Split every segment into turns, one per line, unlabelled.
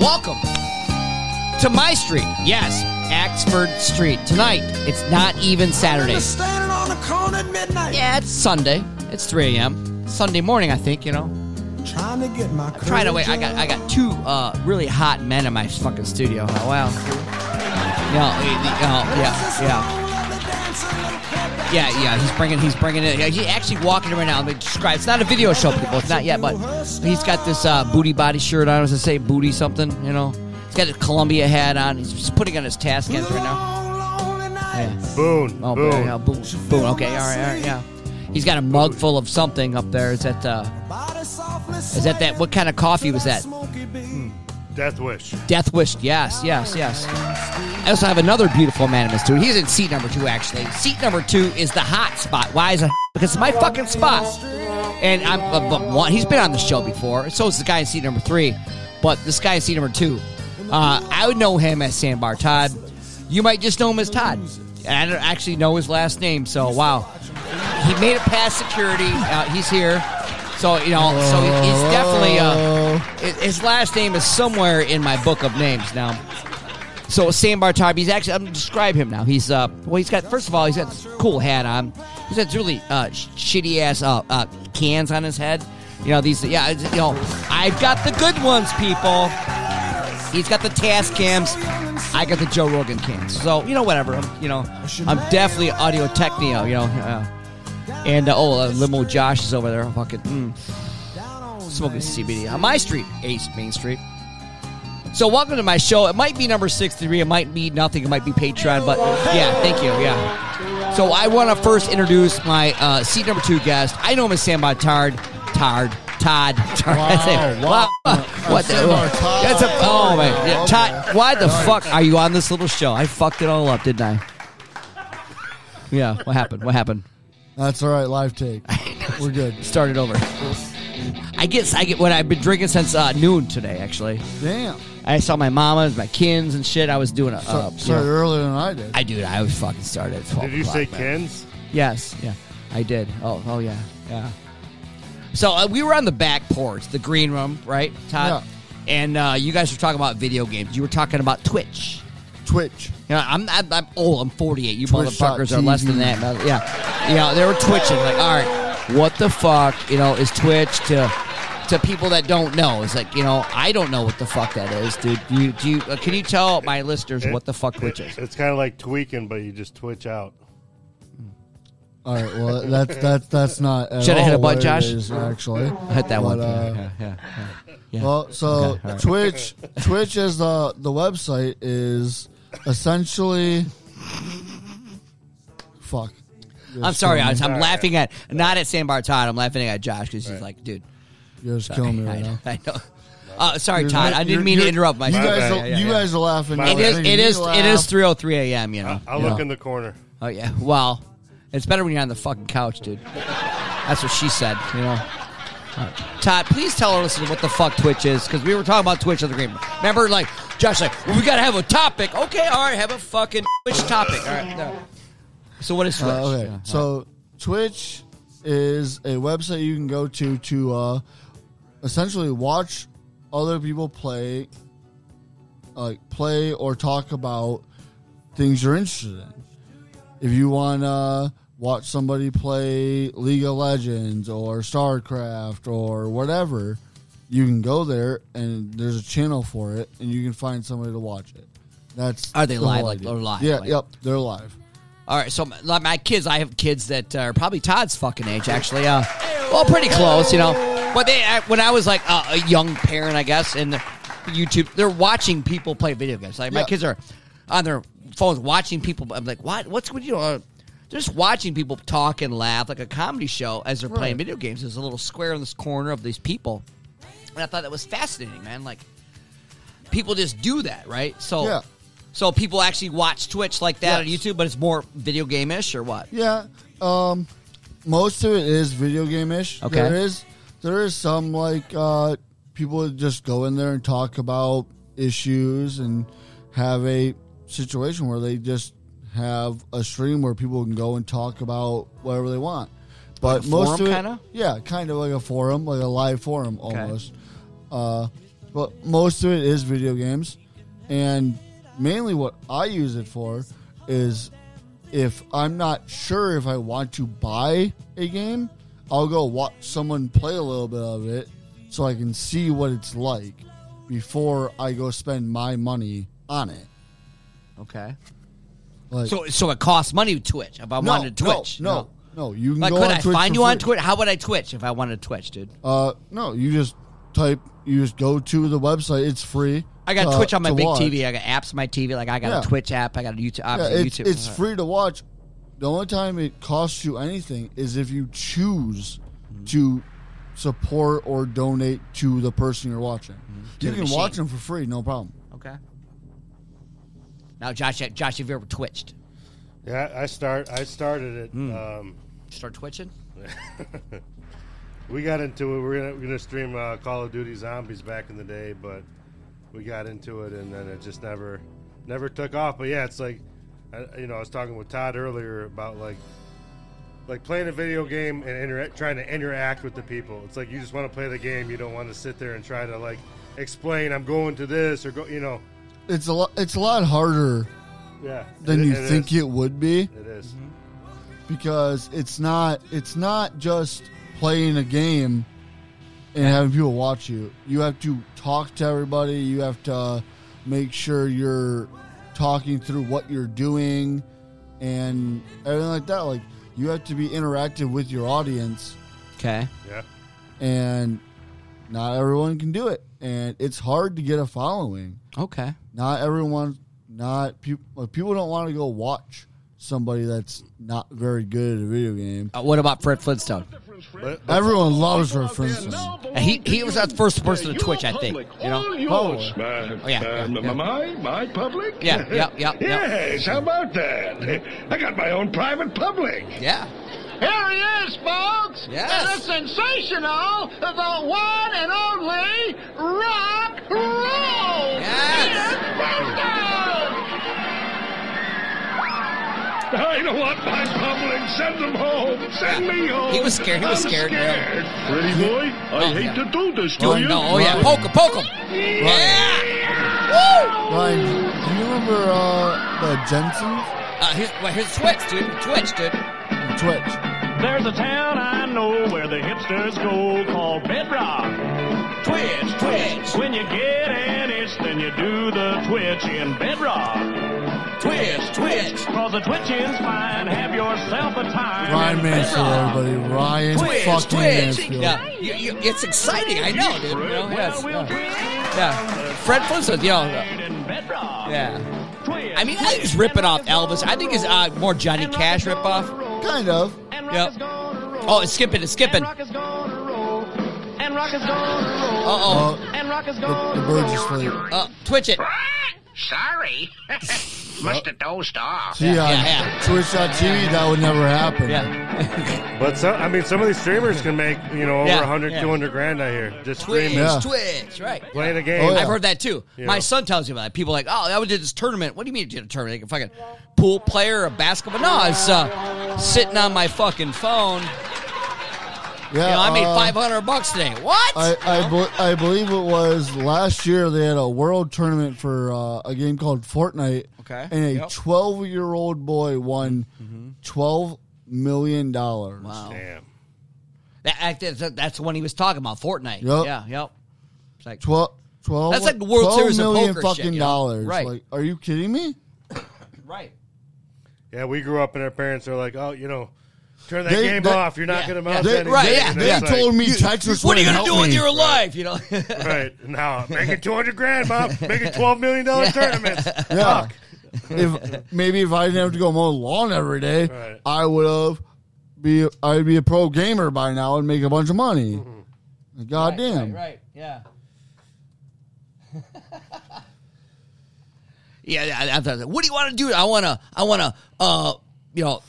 Welcome to my street. Yes, Axford Street. Tonight, it's not even Saturday.
Standing on the corner at midnight.
Yeah, it's Sunday. It's 3 a.m. Sunday morning, I think, you know.
Trying to get my courage
Trying to wait. I got I got two uh, really hot men in my fucking studio. Oh, wow. Yeah, oh, yeah, yeah, yeah, yeah. He's bringing he's bringing it. He's actually walking right now. Let me describe. It's not a video show, people. It's not yet, but he's got this uh, booty body shirt on. I was gonna say booty something, you know. He's got a Columbia hat on. He's just putting on his task ends right now.
Boone.
Oh, boom. Yeah, boom, boom. Okay, all right, all right, yeah. He's got a mug full of something up there. Is that uh, is that that? What kind of coffee was that? Hmm.
Death Wish.
Death Wish. Yes, yes, yes. I also have another beautiful man in this too. He's in seat number two actually. Seat number two is the hot spot. Why is it? Because it's my fucking spot. And I'm uh, but one. He's been on the show before. So is the guy in seat number three, but this guy in seat number two, uh, I would know him as Sandbar Todd. You might just know him as Todd. And I don't actually know his last name. So wow, he made it past security. Uh, he's here. So you know, so he's definitely. Uh, hi- his last name is somewhere in my book of names now. So Sam Bartab, he's actually I'm gonna describe him now. He's uh well he's got first of all he's got this cool hat on. He's got this really uh sh- shitty ass uh, uh cans on his head. You know these yeah it's- you know I've got the good ones people. He's got the task cams. I got the Joe Rogan cams. So you know whatever I'm you know I'm definitely audio technio you know. Uh, and uh, oh uh, limo Josh is over there fucking mm, smoking CBD on my street Ace Main Street. So welcome to my show. It might be number 63. It might be nothing. It might be Patreon. But yeah, thank you. Yeah. So I want to first introduce my uh, seat number two guest. I know him as Sam Tard. Tard. Todd. Tard. That's it.
wow.
What the?
Sam Bartard.
That's a, oh, man. Yeah,
Okay.
Todd, why the fuck are you on this little show? I fucked it all up, didn't I? Yeah. What happened? What happened?
That's all right. Live take. We're good.
Start it over. I guess I get what I've been drinking since uh, noon today, actually.
Damn.
I saw my mamas, my kins, and shit. I was doing a.
So,
uh, you
started
know,
earlier than I did.
I dude, I was fucking started. At 12
Did you
o'clock,
say
Oh, man.
Ken's?
Yes. Yeah, I did. Oh, oh yeah, yeah. So uh, we were on the back porch, the green room, right, Todd? And uh, you guys were talking about video games. You were talking about Twitch.
Twitch.
You know, I'm, I'm I'm old. I'm 48. You
Twitch
motherfuckers are
dot
less than that.
TV.
Yeah, yeah. They were twitching. Like, all right, what the fuck? You know, is Twitch to to people that don't know? It's like, you know, I don't know what the fuck that is, dude. Do you do you? Uh, can you tell my listeners what the fuck Twitch is?
It's kind of like tweaking, but you just twitch out.
All right. Well, that's that's that's not. At
Should I hit
all
a button,
what it
Josh?
is, actually,
Hit that
But,
one.
uh,
yeah, yeah, yeah.
Well, so
all right.
Twitch, Twitch is the the website is essentially. Fuck.
I'm sorry, I was, I'm laughing at not at Sam Bartod. I'm laughing at Josh because he's like, dude,
You're just killing me
I
right
know.
now.
I know. Uh, sorry,
You're-
Todd. I
you're-
didn't mean to
you're-
interrupt
You
myself.
guys,
bad.
are,
Yeah,
you guys are laughing.
It
it is. It is. It is 3:03 a.m. You know.
I'll look in the corner.
Oh yeah. Well, it's better when you're on the fucking couch, dude. That's what she said. You know. Todd, please tell our listeners what the fuck Twitch is, because we were talking about Twitch on the green. room. Remember, like Josh, like well, we gotta have a topic. Okay, all right, have a fucking Twitch topic. All right. no. So what is Twitch?
Uh, okay.
Yeah.
So Twitch is a website you can go to to uh, essentially watch other people play, like play or talk about things you're interested in. If you want to watch somebody play League of Legends or StarCraft or whatever, you can go there and there's a channel for it, and you can find somebody to watch it. That's
Are they
the
live?
whole
Like,
idea.
they're live,
Yeah.
like-
yep. They're live.
All right, so my, like my kids, I have kids that are probably Todd's fucking age, actually. Uh, well, pretty close, you know. But they, I, when I was like a, a young parent, I guess, and YouTube, they're watching people play video games. Like my
Yeah.
kids are on their phones watching people. I'm like, what? What's with you? Uh, they're just watching people talk and laugh like a comedy show as they're playing video games. There's a little square in this corner of these people, and I thought that was fascinating, man. Like people just do that, right? So,
Yeah.
so people actually watch Twitch like that
Yes.
on YouTube, but it's more video game ish or what?
Yeah. Um, most of it is video game ish.
Okay.
There is there is some like uh, people that just go in there and talk about issues and have a situation where they just have a stream where people can go and talk about whatever they want. But
a
most
forum
of it,
kinda?
yeah, kind of like a forum, like a live forum almost. Uh, but most of it is video games, and mainly what I use it for is if I'm not sure if I want to buy a game, I'll go watch someone play a little bit of it so I can see what it's like before I go spend my money on it.
Okay.
Like,
So so it costs money to Twitch if I
no,
wanted to Twitch.
No, no, no, you can
Like,
go
could
on
I
Twitch
find
for
you on
free.
Twitch? How would I Twitch if I wanted to Twitch, dude?
Uh, no, you just type. You just go to the website. It's free.
I got
to-
Twitch on my
to
big
watch.
TV. I got apps on my TV. Like I got
Yeah.
a Twitch app. I got a YouTube. app.
Yeah, it's,
YouTube.
it's free to watch. The only time it costs you anything is if you choose
Mm-hmm.
to support or donate to the person you're watching. You
Mm-hmm. the
can
machine.
watch them for free, no problem.
Okay. Now, Josh, Josh, have you ever twitched?
Yeah, I start. I started it.
Hmm.
Um,
Start twitching?
we got into it. We're gonna, we're gonna stream uh, Call of Duty Zombies back in the day, but we got into it, and then it just never, never took off. But yeah, it's like, I, you know, I was talking with Todd earlier about like, like playing a video game and interact, trying to interact with the people. It's like you just want to play the game. You don't want to sit there and try to like explain. I'm going to this or go. You know,
It's a lot. It's a lot harder
yeah.
than
It-
you Mm-hmm.
it
think
is.
it would be
It is.
because it's not. It's not just playing a game and having people watch you. You have to talk to everybody. You have to make sure you're talking through what you're doing and everything like that. Like you have to be interactive with your audience,
Okay.
Yeah.
and not everyone can do it. And it's hard to get a following.
Okay.
Not everyone, not people. Like, people don't want to go watch somebody that's not very good at a video game.
Uh, what about Fred Flintstone?
But- but
Everyone loves her, for instance.
Uh, he he was the first person to twitch, I think. You
Oh,
know?
Probably.
My,
Oh, yeah,
uh,
yeah,
m-
yeah.
my, my public?
Yeah, yeah, yeah, yeah.
Yes, how about that? I got my own private public.
Yeah.
Here he is, folks.
Yes. And the
sensational, the one and only Rock Roll.
Yes.
I don't want my public. Send them home. Send me home.
He was scared. He was
I'm
scared, yeah.
scared. Pretty boy, I
Oh,
hate to
yeah.
do this to
Oh,
you.
no. Oh, yeah. Poke him. Poke him. Yeah. Woo!
Ryan, do you remember uh, the Jensens?
Uh, here's, well, here's Twitch, dude. Twitch, dude.
Twitch.
There's a town I know where the hipsters go called Bedrock.
Twitch, Twitch,
When you get an itch, then you do the twitch in Bedrock.
Twitch, Twitch.
Cause the twitching's fine, have yourself a time.
Ryan
in
Mansfield,
Bedrock.
everybody. Ryan fucking Mansfield.
Yeah, you, you, it's exciting. I know, dude. You know,
Well,
yes.
we'll twitch
Yeah. Fred Flintstone, you know.
in Bedrock.
Yeah.
Twitch,
I mean, I think he's ripping off Elvis. I think it's uh, more Johnny
and
Cash
rock is
ripoff.
gonna roll,
Kind of.
And rock
Yep.
is gonna roll.
Oh, it's skipping. It's skipping.
And rock is gonna roll. And rock is gonna roll.
Uh-oh.
Uh,
And rock is
the,
gonna
the bird's
roll.
asleep.
Uh, twitch it.
Sorry. Must have dozed off.
See, on
yeah, yeah.
Twitch.tv, that would never happen.
Yeah.
But some, I mean, some of these streamers can make you know over
Yeah,
100,
yeah.
200 grand. I hear just
Twitch,
streaming,
Yeah.
Twitch, right.
playing a game.
Oh, yeah.
I've heard that too.
Yeah.
My son tells me about that. People are like, oh, I did this tournament. What do you mean you did a tournament? Like a fucking pool player, a basketball? No, it's uh, sitting on my fucking phone. You
Yeah,
know, I made
uh,
500 bucks today. What?
I I, bel I believe it was last year they had a world tournament for uh, a game called Fortnite.
Okay.
And a
Yep. Mm-hmm.
12 year old boy won $12 million.
Wow.
Damn.
That, that, that's the one he was talking about, Fortnite.
Yep.
Yeah, yep. It's like,
12, 12
That's like the World
12
Series of
million
Poker shit,
fucking
you know?
dollars.
Right.
Like, are you kidding me?
right.
Yeah, we grew up and our parents are like, oh, you know, turn that
They-
game
they-
off. You're not
yeah,
going to
yeah.
mount
They-
anything.
right, yeah,
And
They
it's
told me Tetris
What are you
wouldn't
going to do
help
with your
me.
life? You know?
like, right now, making 200 grand, mom, making 12 million dollar tournaments.
Yeah. if maybe if I didn't have to go mow the lawn every day,
Right.
I would have be I'd be a pro gamer by now and make a bunch of money. God damn.
Right, right, yeah. yeah, I, I thought, what do you want to do? I want to, I want to, uh, you know,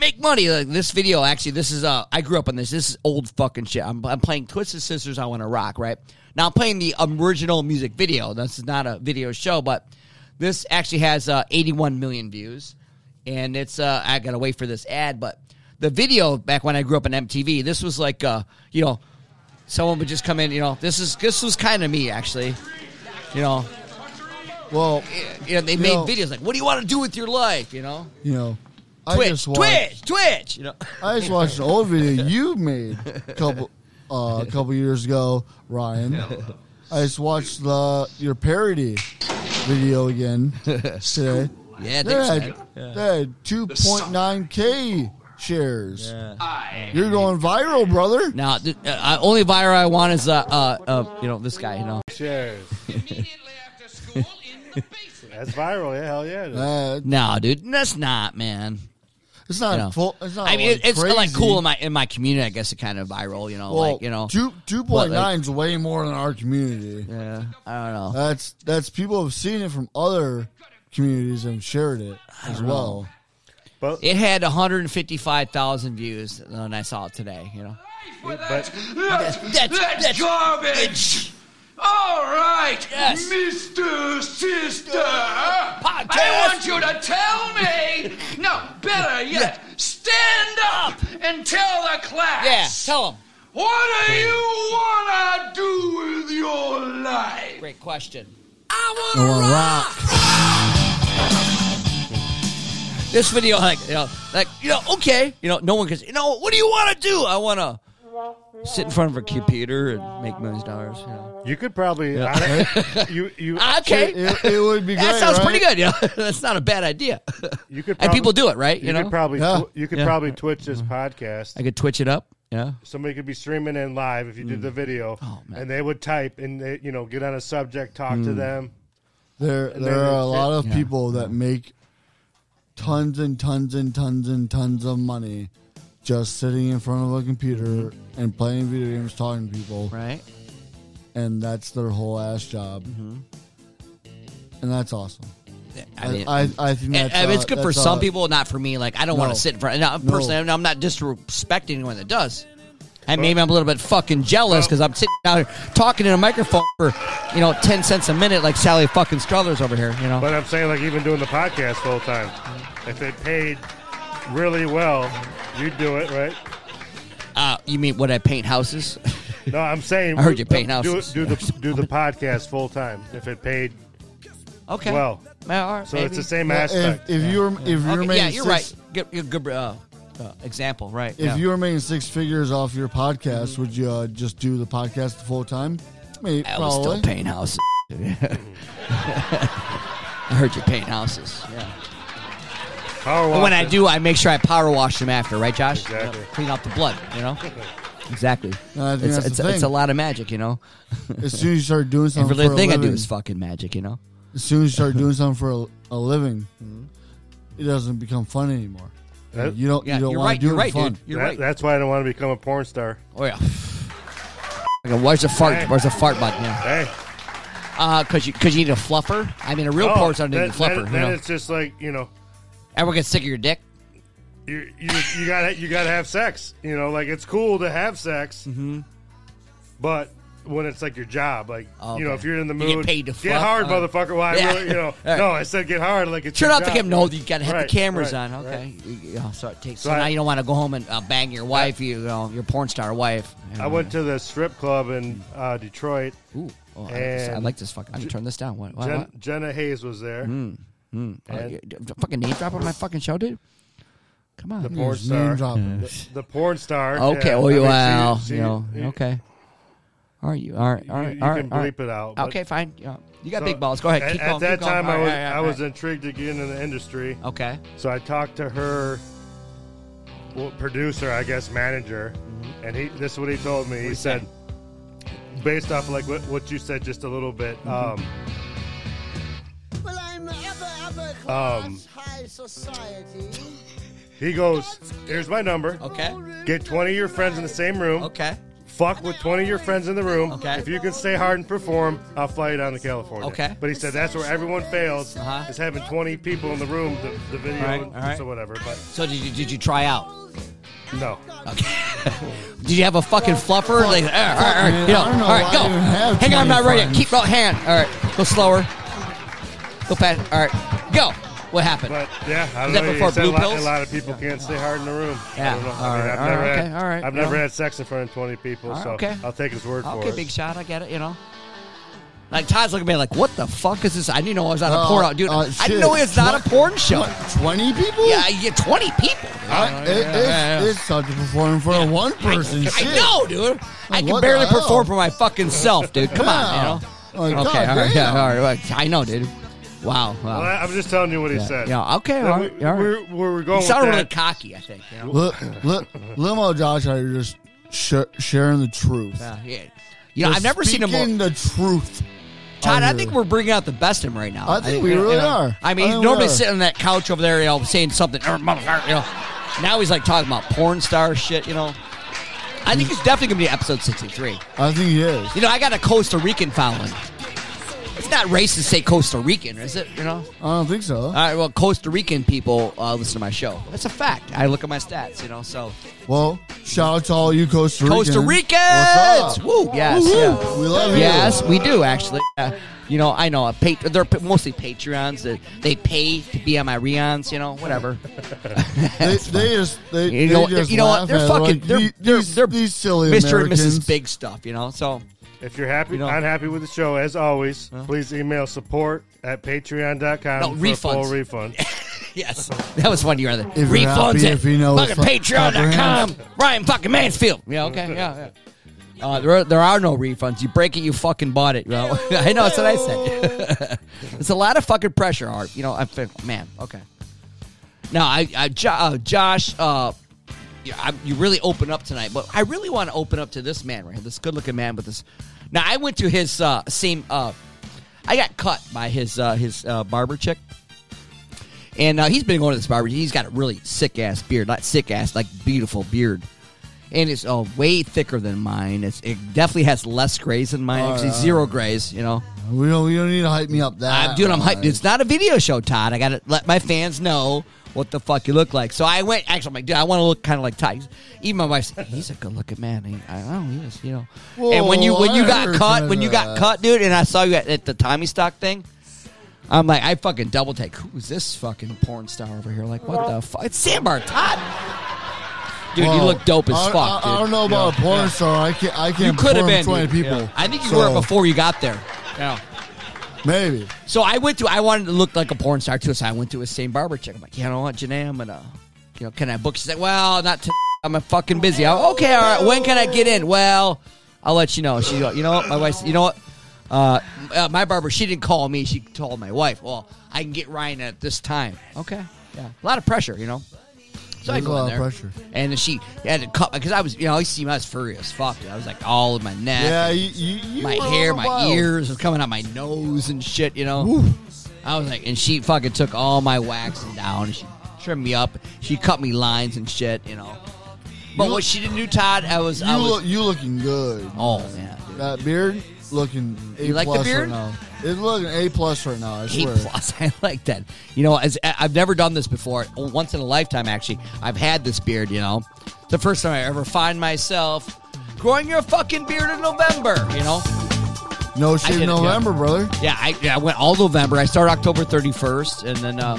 make money. Like this video, actually, this is, uh, I grew up on this. This is old fucking shit. I'm, I'm playing Twisted Sisters, I Want to Rock, right? Now, I'm playing the original music video. This is not a video show, but this actually has uh, 81 million views. And it's, uh, I got to wait for this ad, but the video back when I grew up on MTV, this was like, uh, you know, someone would just come in. You know, this is this was kind of me actually. You know, eh,
Well,
you know, they made
know-
videos like, "What do you want to do with your life?" You know,
you know, I
Twitch,
just watched.
Twitch, Twitch. You know,
I just watched an old video you made a couple uh, a couple years ago, Ryan. I just watched the your parody video again today.
yeah,
They
thanks,
had,
man.
they had 2.9k shares.
I
You're going viral, brother.
Now, th- uh, uh, only viral I want is uh, uh, uh, you know, this guy. You know,
Shares.
immediately after school in the basement.
That's viral. Yeah, hell yeah. it is.
Uh,
no, dude, that's not, man.
it's
You
not
know.
full. It's not.
I mean,
Oh, like,
it's like
crazy.
cool in my in my community. I guess it kind of viral. You know,
Well,
like you know,
two two point nine is way more than our community.
yeah, I don't know.
That's that's people have seen it from other communities and shared it as well.
But,
It had 155,000 views when I saw it today. You know,
but
that's, that's garbage.
All right,
Yes.
Mr. Sister.
Podcast.
I want you to tell me. no, better yet, stand up and tell the
Yeah,
class.
tell them.
What do you want to do with your life? Oh.
Great question.
I
I wanna rock.
This video, like, you know, like, you know, okay, you know, no one can. You know, what do you want to do? I want to sit in front of a computer and make millions of dollars. You know.
you could probably. hon- you, you,
Ah, Okay,
It, it would be great.
that sounds
right?
pretty good. Yeah, that's not a bad idea.
you could
and
probably-
people do it, right? You,
You,
know,
could probably
Yeah.
tw- you could
Yeah. Mm-hmm.
probably Twitch this podcast.
I could twitch it up. Yeah,
Somebody could be streaming in live if you did the video,
Oh, man. Mm.
and they would type and they you know get on a subject, talk to them.
There,
then
there are
it's-
a lot of
Yeah.
people that make tons and tons and tons and tons of money just sitting in front of a computer and playing video games, talking to people,
right.
and that's their whole ass job. And that's awesome.
Mm-hmm. I mean,
I, I, I think that's,
I mean, it's
uh,
good for
that's,
some
uh,
people, not for me. Like, I don't want
No.
to sit in front. Now,
No.
personally, I'm- I'm not disrespecting anyone that does. And maybe I'm a little bit fucking jealous because I'm sitting out here talking in a microphone for, you know, ten cents a minute, like Sally fucking Struthers over here. You know,
But I'm saying like even doing the podcast full time, if it paid really well, you'd do it, right?
uh, you mean would I paint houses?
No, I'm saying
I heard you paint
Do,
houses.
do the do the podcast full time if it paid
okay.
well.
Yeah, all right,
So it's
maybe.
the same
Yeah,
aspect.
If, if you were, if you
Okay,
were making
yeah, you're
six,
right. Good, good, good uh, uh, example, right?
If
yeah. Mm-hmm.
you were making six figures off your podcast, would you uh, just do the podcast full time? Maybe,
I was
probably.
still paint houses. I heard you paint houses. Yeah.
Power
But when I
washing.
do, I make sure I power wash them after, right, Josh?
Exactly.
Yeah, Clean out the blood, you know? exactly.
I
it's,
think that's the
it's,
thing.
it's a lot of magic, you know?
as soon as you start doing something
Every
for a
little thing I
living,
do is fucking magic, you know?
as soon as you start doing something for a, a living,
Mm-hmm.
it doesn't become fun anymore.
That-
you don't.
Yeah,
you don't
are
want
right.
to do
You're
it
right,
fun.
dude. Uh, You're
That-
right.
That's why I don't want to become a porn star.
Oh, yeah. Okay, Where's the fart?
Hey.
Where's the fart button? Yeah.
Hey,
Uh, cause you, cause you need a fluffer. I mean, a real
no,
port's underneath
Oh, that,
the fluffer.
Then,
you know?
then it's just like you know.
Everyone gets sick of your dick.
you you you gotta you gotta have sex. You know, like it's cool to have sex,
Mm-hmm.
but when it's like your job, like
Oh,
you know,
okay.
if you're in the
You get
mood,
paid to
get
fuck?
hard,
Uh,
motherfucker. Why?
yeah.
Really, you know,
Alright.
no, I said get hard. Like it's
Turn
your
off the
job.
camera. No, you gotta have
Right,
the cameras
right,
on. Okay. Yeah, so it takes.
So
So, now
I-
you don't want to go home and uh, bang your wife. You, you know, your porn star wife.
I went to the strip club in uh, Detroit.
Mm. Ooh, oh, I, like this. I
and
like this fucking. I'm gonna turn this down. What? what,
Jen,
what?
Jenna Hayes was there.
Uh,
And
you- d- d- fucking name drop on my fucking show, dude. Come on.
the porn
Just name
star.
dropping.
The porn star.
Mm. okay.
yeah,
Oh,
I mean, she-
well,
she-
you know.
you-
okay. All right. You. All right.
you-
All right.
you
all right.
can
all right.
bleep it out, but-
Okay. Fine. Yeah. You got
so
big balls. Go ahead.
At,
keep
at
going. keep
that
going.
time,
All
I was
right,
I
all right,
was
all
intrigued to get into the industry.
right. Okay.
So I talked to her well, producer, I guess manager,
Mm-hmm.
and he. This is what he told me. He said, based off like what, what you said just a little bit.
Mm-hmm.
Um,
Well, I'm upper, upper class, high society.
um, he goes, "Here's my number.
Okay.
Get 20 of your friends in the same room.
Okay.
Fuck with 20 of your friends in the room.
Okay.
If you can stay hard and perform, I'll fly you down to California.
Okay.
But he said that's where everyone fails
Uh-huh.
is having 20 people in the room. The, the video,
All right,
and
all right.
so whatever. But
So did you did you try out?
no,
Did you have a fucking fluffer? Like, all right, all right, all right,
man,
you know,
I don't know
all right,
why
go.
I even have
Hang on, I'm not
20
ready. yet. Keep right hand. All right, go slower. Go fast. All right, go. What happened?
But yeah, I
Is
don't
that
know.
before
you said
Blue
a, lot,
Pills?
a lot of people can't stay hard in the room.
Yeah.
I don't know.
All
I mean,
right,
I've
all
never
right,
had,
okay, all right,
I've never
well.
had sex in front of 20 people,
All right,
so
okay.
I'll take his word for
Okay,
it.
big shot. I get it. You know. Like Todd's looking at me like, what the fuck is this? I didn't know I was on a
Uh,
porn. Dude,
uh,
I didn't
shit.
know it's not a porn show.
Twenty people?
Yeah, you 20 people.
I, it, it's,
yeah, yeah.
it's tough to perform for a one person.
I
shit.
know, dude. I can
What
barely
the hell?
perform for my fucking self, dude. Come on,
Yeah. Oh
you know.
Like,
okay, all right,
goddamn.
yeah, all right, right. I know, dude. Wow, wow.
Well, I- I'm just telling you what he said.
yeah, okay,
Then
all
we-
right, all right.
Where, where we're
He
going with
sounded really
that?
cocky, I think. You know?
Li- li- limo Josh are just sh- sharing the truth.
Yeah, yeah. You know,
We're
I've never seen him.
speaking
More.
the truth.
Todd, I
here.
think we're bringing out the best in him right now.
I think we really are.
I mean, he's
I think we
normally
are.
sitting on that couch over there, you know, saying something. "Er, motherfucker," You know. Now he's like talking about porn star shit, you know. I think he's definitely gonna be episode sixty-three.
I think he is.
You know, I got a Costa Rican following. It's not racist to say Costa Rican, is it? You know.
I don't think so.
All right, well, Costa Rican people uh, listen to my show. That's a fact. I look at my stats, you know. So
Well, shout out to all you Costa Ricans.
Costa
What's
Ricans,
up?
woo, yes,
Woo-hoo.
yeah.
We love you.
yes, we do actually. Uh, you know, I know a pat- they're pa- mostly Patreons that they pay to be on my Reons, you know, whatever.
They, they just they,
You
they
know,
just
you know what?
laugh
They're
at it,
fucking
like,
they're
these,
they're,
these-
they're
these silly
Mr. and
Americans.
Mrs. Big stuff, you know. So
If you're happy,
know.
not happy with the show, as always, please email support at patreon.com
No,
for a full
refunds.
refund.
yes, that was one year. Other
If you're
refunds
happy,
at
if you know it's
fucking
like
Patreon.com. Ryan fucking Mansfield. Yeah, okay, yeah, yeah. Uh, there, are, there are no refunds. You break it, you fucking bought it. You know? I know, that's what I said. it's a lot of fucking pressure, Art. You know, I feel, man, okay. Now, I, I Jo- uh, Josh, uh, you, I, you really open up tonight, but I really want to open up to this man right here, this good looking man with this. Now, I went to his uh, same. Uh, I got cut by his uh, his uh, barber chick. And uh, he's been going to this barber. He's got a really sick ass beard, not sick ass, like beautiful beard. And it's uh, way thicker than mine. It's, it definitely has less grays than mine. Actually, zero grays. You know,
We don't we don't need to hype me up that.
I'm, dude, I'm hyped.
much.
It's not a video show, Todd. I gotta let my fans know what the fuck you look like. So I went. Actually, I'm like, dude, I want to look kind of like Todd. He's- even my wife's, he's a good looking man. He, I don't know, he is, you know. and when you
Whoa,
when you
I
got
heard
cut,
some
when you got
of
cut, dude, and I saw you at, at the Tommy Stock thing. I'm like, I fucking double take. Who's this fucking porn star over here? Like, what the fuck? It's Sandbar Todd. Dude, you
Well,
look dope as
I,
fuck.
I, I
dude.
don't know about a porn star. I can't. I
You
can't.
could have
perform
been.
twenty
dude.
people.
Yeah. I think you
So,
were before you got there. Yeah.
Maybe.
So I went to I wanted to look like a porn star too, so I went to a same barber chick. I'm like, you know what, Janae, I'm gonna you know, can I book? She's like, Well, not today. I'm fucking busy. I'm, okay, all right, when can I get in? Well, I'll let you know. She's like, you know what, my wife's you know what? Uh, uh, my barber, she didn't call me, she told my wife, Well, I can get Ryan at this time. Okay. Yeah. A lot of pressure, you know. So I
There's
go
a lot
in
of
there,
pressure.
and then she had to cut because I was, you know, I see I was furious, fuck, dude. I was like all in my neck,
Yeah. You. you, you
my
were
hair,
on the
my
wild.
ears was coming out my nose and shit, you know. I was like, and she fucking took all my wax and down, and she trimmed me up, she cut me lines and shit, you know. But what
You look-
she didn't do, Todd, I was, I
You
was
look. You looking good.
oh man, dude.
That beard looking A
You like the
plus
beard?
right now. It's looking A plus right now. I
eight
swear.
plus, I like that. You know, as I- I've never done this before, once in a lifetime actually. I've had this beard, you know, the first time I ever find myself growing your fucking beard in November, you know.
No shit,
did it,
November, brother.
Yeah, I, yeah, I went all November. I started October 31st, and then uh,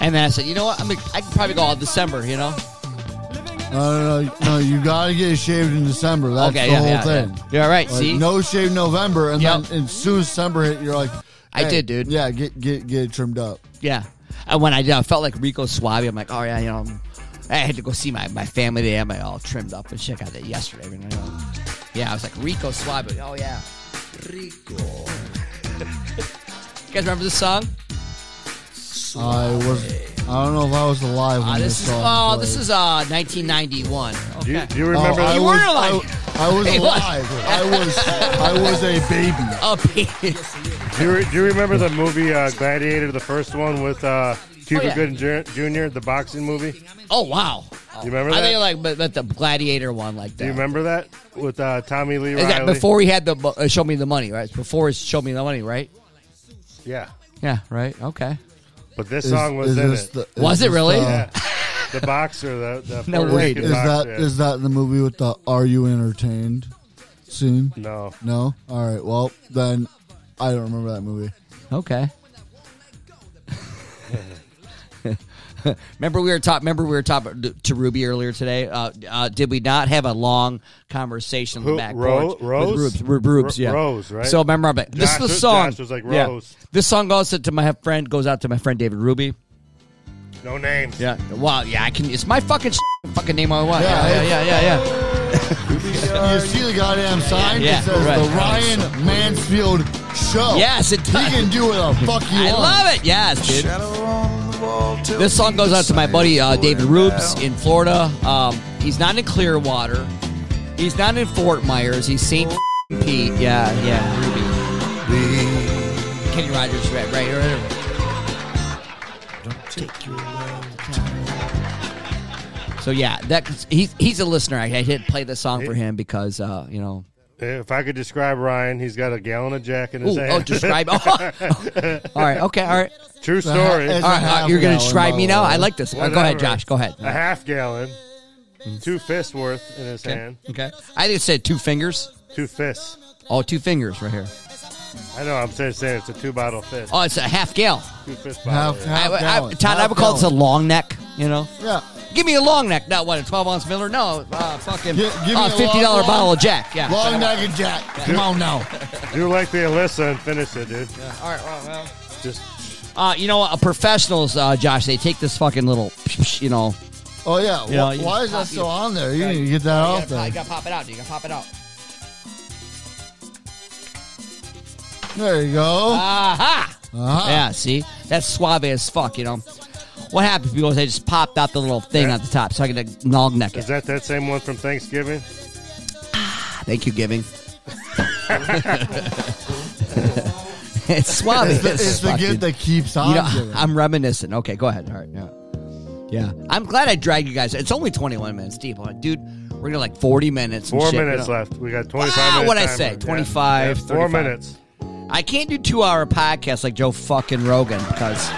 and then I said, you know what? I'm gonna, I could probably go all December. You know?
No, no, no, no. You gotta get shaved in December. That's
okay,
the
yeah,
whole
yeah,
thing.
yeah. You're all right.
Like,
see,
no shave November, and
Yep.
then as soon as December hit, you're like,
I
hey,
did, dude.
Yeah, get get get it trimmed up.
yeah. And when I did, I felt like Rico Suave. I'm like, oh yeah, you know. I'm- i had to go see my, my family. They had my all trimmed up and shit. Got that yesterday. you know. Yeah, I was like Rico Suave. Oh yeah, Rico. you guys remember this song?
I was. I don't know if I was alive when
Uh,
this,
this is
song
oh, this
played.
is uh 1991.
Do you,
Okay.
do you remember?
Oh, I
You
was,
were alive.
I, I was
Hey, what?
alive. I was. I was a baby.
Oh,
do, you, do you remember the movie uh, Gladiator, the first one with uh, Cuba
Oh, yeah.
Gooding Jr., Jr., the boxing movie?
Oh wow!
You remember
I
that?
think like but, but the gladiator one like that.
Do you remember that with uh, Tommy Lee
Is
Riley?
that before he had the mo- uh, show me the money right? It's Before his show me the money right?
Yeah,
Yeah, right. Okay.
but this
Is-
song was
is
in
this
it.
the- is
Was it
this
really?
the-
yeah. the boxer, the, the
No
Puerto
way,
Rican
Is that
boxer.
is that the movie with the "Are you entertained" scene?
no?
No. All right. Well, then I don't remember that movie.
Okay. Remember we were top. Remember we were top to Ruby earlier today. Uh, uh, did we not have a long conversation on the
Who-
back
Ro-
porch
Rose?
with Rubes? Ru- Rubes,
Ro-
yeah.
Rose, right?
So remember, but this
Josh
is the
was-
song.
Josh was like,
Yeah.
Rose.
This song goes to my friend. Goes out to my friend David Ruby.
No names.
Yeah. Wow. Yeah. I can. It's my fucking sh- fucking name all I want. Yeah.
Yeah,
Yeah. Yeah. Yeah. yeah.
You see the goddamn sign?
Yeah,
it says
right.
the Ryan Mansfield Show.
Yes, it
He
does.
can do what the fuck you
I
want.
love it. Yes, dude.
it.
This song goes out to my buddy uh, David Rubes in Florida. Um, he's not in Clearwater. He's not in Fort Myers. He's St. Pete. Yeah, yeah. Ruby. Kenny Rogers, right, right, right. right. So yeah, that he's he's a listener. I, I hit play this song for him because uh, you know.
If I could describe Ryan, he's got a gallon of Jack in his
Ooh,
hand.
oh, describe. Oh, all right, okay, all right,
True story.
It's
a
all right.
half
uh, you're gonna
gallon,
describe
by
me
the
now.
way.
I like this. Uh, go ahead,
Whatever.
Josh. Go ahead.
half gallon, two fists worth in his hand.
Okay. I think it said two fingers.
Two fists.
Oh, two fingers right here.
I know. I'm saying, saying it's a two bottle fist.
Oh, it's a half gallon.
Two fist
Half,
bottle. yeah.
I,
half
I-
gallon.
Todd, I
half
would call this a
gallon.
long neck. You know,
Yeah.
give me a long neck, not what a twelve ounce Miller. No, uh, fucking
Gi- give me
uh,
a
fifty dollar
long-
bottle of Jack. Yeah.
Long Nugget Jack. Come on now.
Do like the Alyssa and finish it, dude.
All right. Well, well.
Just
Uh, you know, what? uh, professionals, uh, Josh, they take this fucking little, you know.
Oh, yeah.
Yeah,
why,
you just
why is that
pop-
still
you-
on there? You need to get that
you,
off
gotta,
there.
you gotta pop it out. dude. You gotta pop it out.
There you go.
Uh, Aha!
Uh-huh.
Yeah, see? That's suave as fuck, you know. What happens, people, is I just popped out the little thing
Yeah.
at the top so I can like, long neck it.
is that that same one from Thanksgiving?
Thank you, giving. it's suave.
It's the,
as
it's the
fuck,
gift
dude.
that keeps on
You know,
giving.
I'm reminiscent. Okay, go ahead. All right. Yeah. Yeah. I'm glad I dragged you guys. It's only 21 minutes deep. I'm like, dude, we're going to like 40 minutes. and
Four
shit, you
minutes
know?
left. We got 25
Ah,
minutes.
what'd I
time
say?
left.
25,
Four
35.
minutes.
I can't do two hour podcasts like Joe fucking Rogan because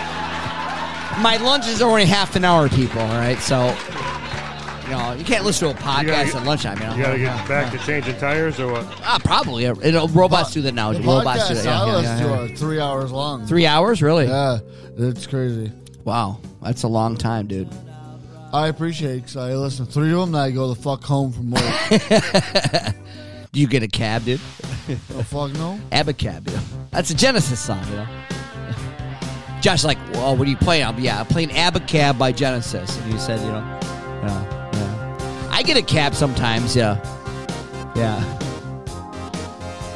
my lunches are only half an hour, people. All right, so you know you can't listen to a podcast
You gotta
at
get-
lunchtime. You know,
You got to
Yeah,
get back
yeah.
to changing tires or what?
ah, probably. Yeah. You know, robots do that now.
The
robots do that.
podcasts
Yeah,
I
yeah,
listen
yeah, yeah.
to are three hours long.
Three hours, really?
Yeah, it's crazy.
Wow, that's a long time, dude.
I appreciate because I listen to three of them, then I go the fuck home from work.
Do you get a cab, dude?
oh, fuck no.
Abacab, you know. That's a Genesis song, you know. Josh's like, well, what are you playing? I'm, yeah, I'm playing Abacab by Genesis. And you said, you know, yeah, yeah. I get a cab sometimes, yeah. Yeah.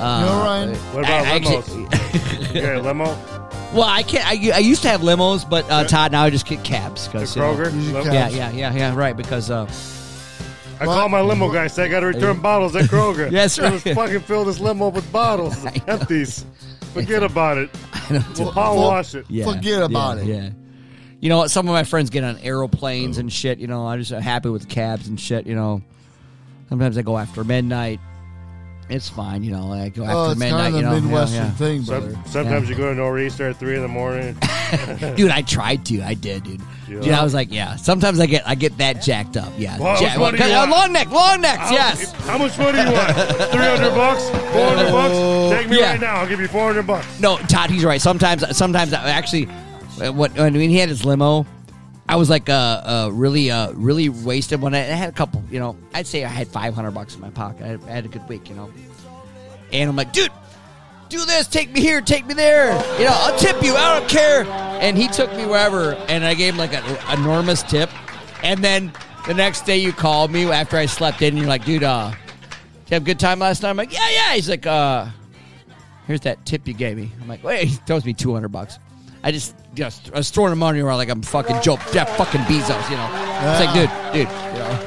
Uh,
you know, Ryan?
What about
I- I
limos?
actually-
You got a limo?
well, I can't. I, I used to have limos, but uh, Todd now I just get cabs
The
because
Kroger?
you
Limo?
can-
yeah, yeah, yeah, yeah. Right, because uh,
I called my limo guy. Said I got to return bottles at Kroger.
Yes,
It was
right.
fucking fill this limo with bottles, empties. Forget about it. We'll power
Well,
wash it.
yeah,
Forget about
yeah,
it.
Yeah. You know what? Some of my friends get on aeroplanes and shit. You know, I'm just happy with cabs and shit. You know, sometimes I go after midnight. It's fine. You know, I go after
Oh, it's
midnight.
kind of the
you know, yeah,
Midwestern
yeah.
thing, brother.
Some, sometimes you go to nor'easter at three in the morning.
dude. I tried to. I did, dude.
Yeah.
Dude, I was like, yeah. Sometimes I get I get that jacked up. Yeah,
Well,
Jack-
which one do you
uh,
want?
long neck, long necks.
How-
Yes.
How much money you want? Three hundred bucks? Four hundred bucks? Take me
Oh, Yeah.
right now. I'll give you four hundred bucks.
No, Todd, he's right. Sometimes, sometimes I actually, uh, what I mean, he had his limo. I was like, uh, uh really, uh, really wasted when I, I had a couple. You know, I'd say I had five hundred bucks in my pocket. I had, I had a good week, you know. And I'm like, dude, do this. Take me here. Take me there. You know, I'll tip you. I don't care. And he took me wherever, and I gave him like an enormous tip. And then the next day, you called me after I slept in. And you're like, dude, uh, did you have a good time last night? I'm like, yeah, yeah. He's like, uh here's that tip you gave me. I'm like, wait, he throws me 200 bucks. I just, just I was throwing the money around like I'm fucking Joe, Jeff fucking Bezos, you know. It's like, dude, dude, you know.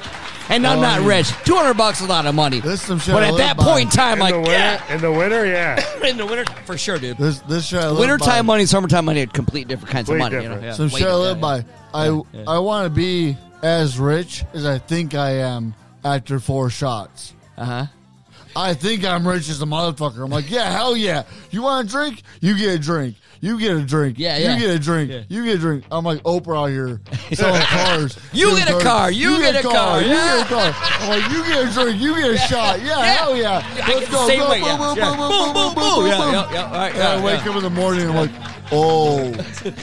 And I'm
Oh,
not
yeah.
rich. 200 bucks is a lot of money.
This is some shit
but
I
at
live
that
by.
point in time,
In
like,
the winter,
yeah,
in the winter, yeah.
in the winter, for sure, dude.
This this shit I live
Wintertime
by.
money, summertime money are complete different kinds of
Way
money. You
different.
know? yeah,
Some
way
shit I
different,
live
yeah.
by. I I want to be as rich as I think I am after four shots.
Uh-huh.
I think I'm rich as a motherfucker. I'm like, yeah, hell yeah. You want a drink? You get a drink. You get a drink.
Yeah, yeah.
You get a drink.
Yeah.
You get a drink. I'm like Oprah out here selling cars.
You
Doing
get a
cars.
car. You get a car.
You
Yeah.
get a car. I'm like, you get a drink. You get a shot. Yeah,
Yeah.
hell yeah.
I
Let's
get the
go.
same
Go,
way,
boom,
yeah.
boom,
Yeah. Boom,
boom,
boom,
boom, boom,
boom.
boom,
Yeah,
boom.
yeah, yeah. All right,
Yeah,
yeah,
I wake
yeah.
up in the morning. I'm like, Oh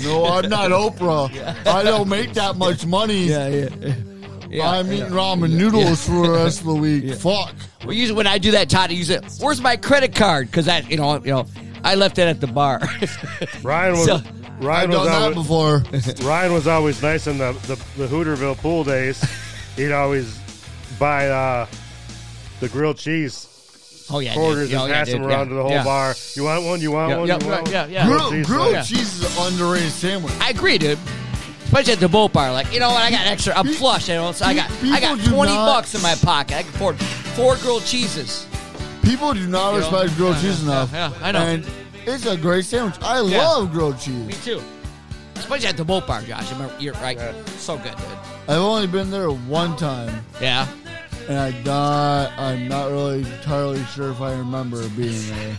no, I'm not Oprah. I don't make that much money.
yeah, yeah. yeah
I'm eating ramen noodles for the rest of the week. Fuck.
Well, usually when I do that, Todd, I use it. Where's my credit card? Because I, you know, you know, I left it at the bar.
Ryan was
So-
I've
Ryan
done
was
that
always,
before.
Ryan was always nice in the, the, the Hooterville pool days. He'd always buy uh, the grilled cheese
oh yeah,
quarters
dude. Oh,
and
yeah,
pass them
dude.
around
Yeah.
to the whole
Yeah.
bar. You want one? You want
Yeah.
one?
Yeah,
you
right,
want
yeah,
one?
yeah.
Grilled,
cheese,
grilled
yeah.
cheese is an underrated sandwich.
I agree, dude. Especially at the boat bar, like you know what? I got extra. I'm flush. You know, so I got I got
People do
twenty
not-
bucks in my pocket. I can afford four grilled cheeses.
People do not
You know,
respect grilled
yeah,
cheese
yeah,
enough.
yeah, I know.
And it's a great sandwich. I
Yeah.
love grilled cheese.
too. Especially at the boat bar, Josh. I remember, you're right. So good, dude.
I've only been there one time,
Yeah.
and I not, I'm not really entirely sure if I remember being there.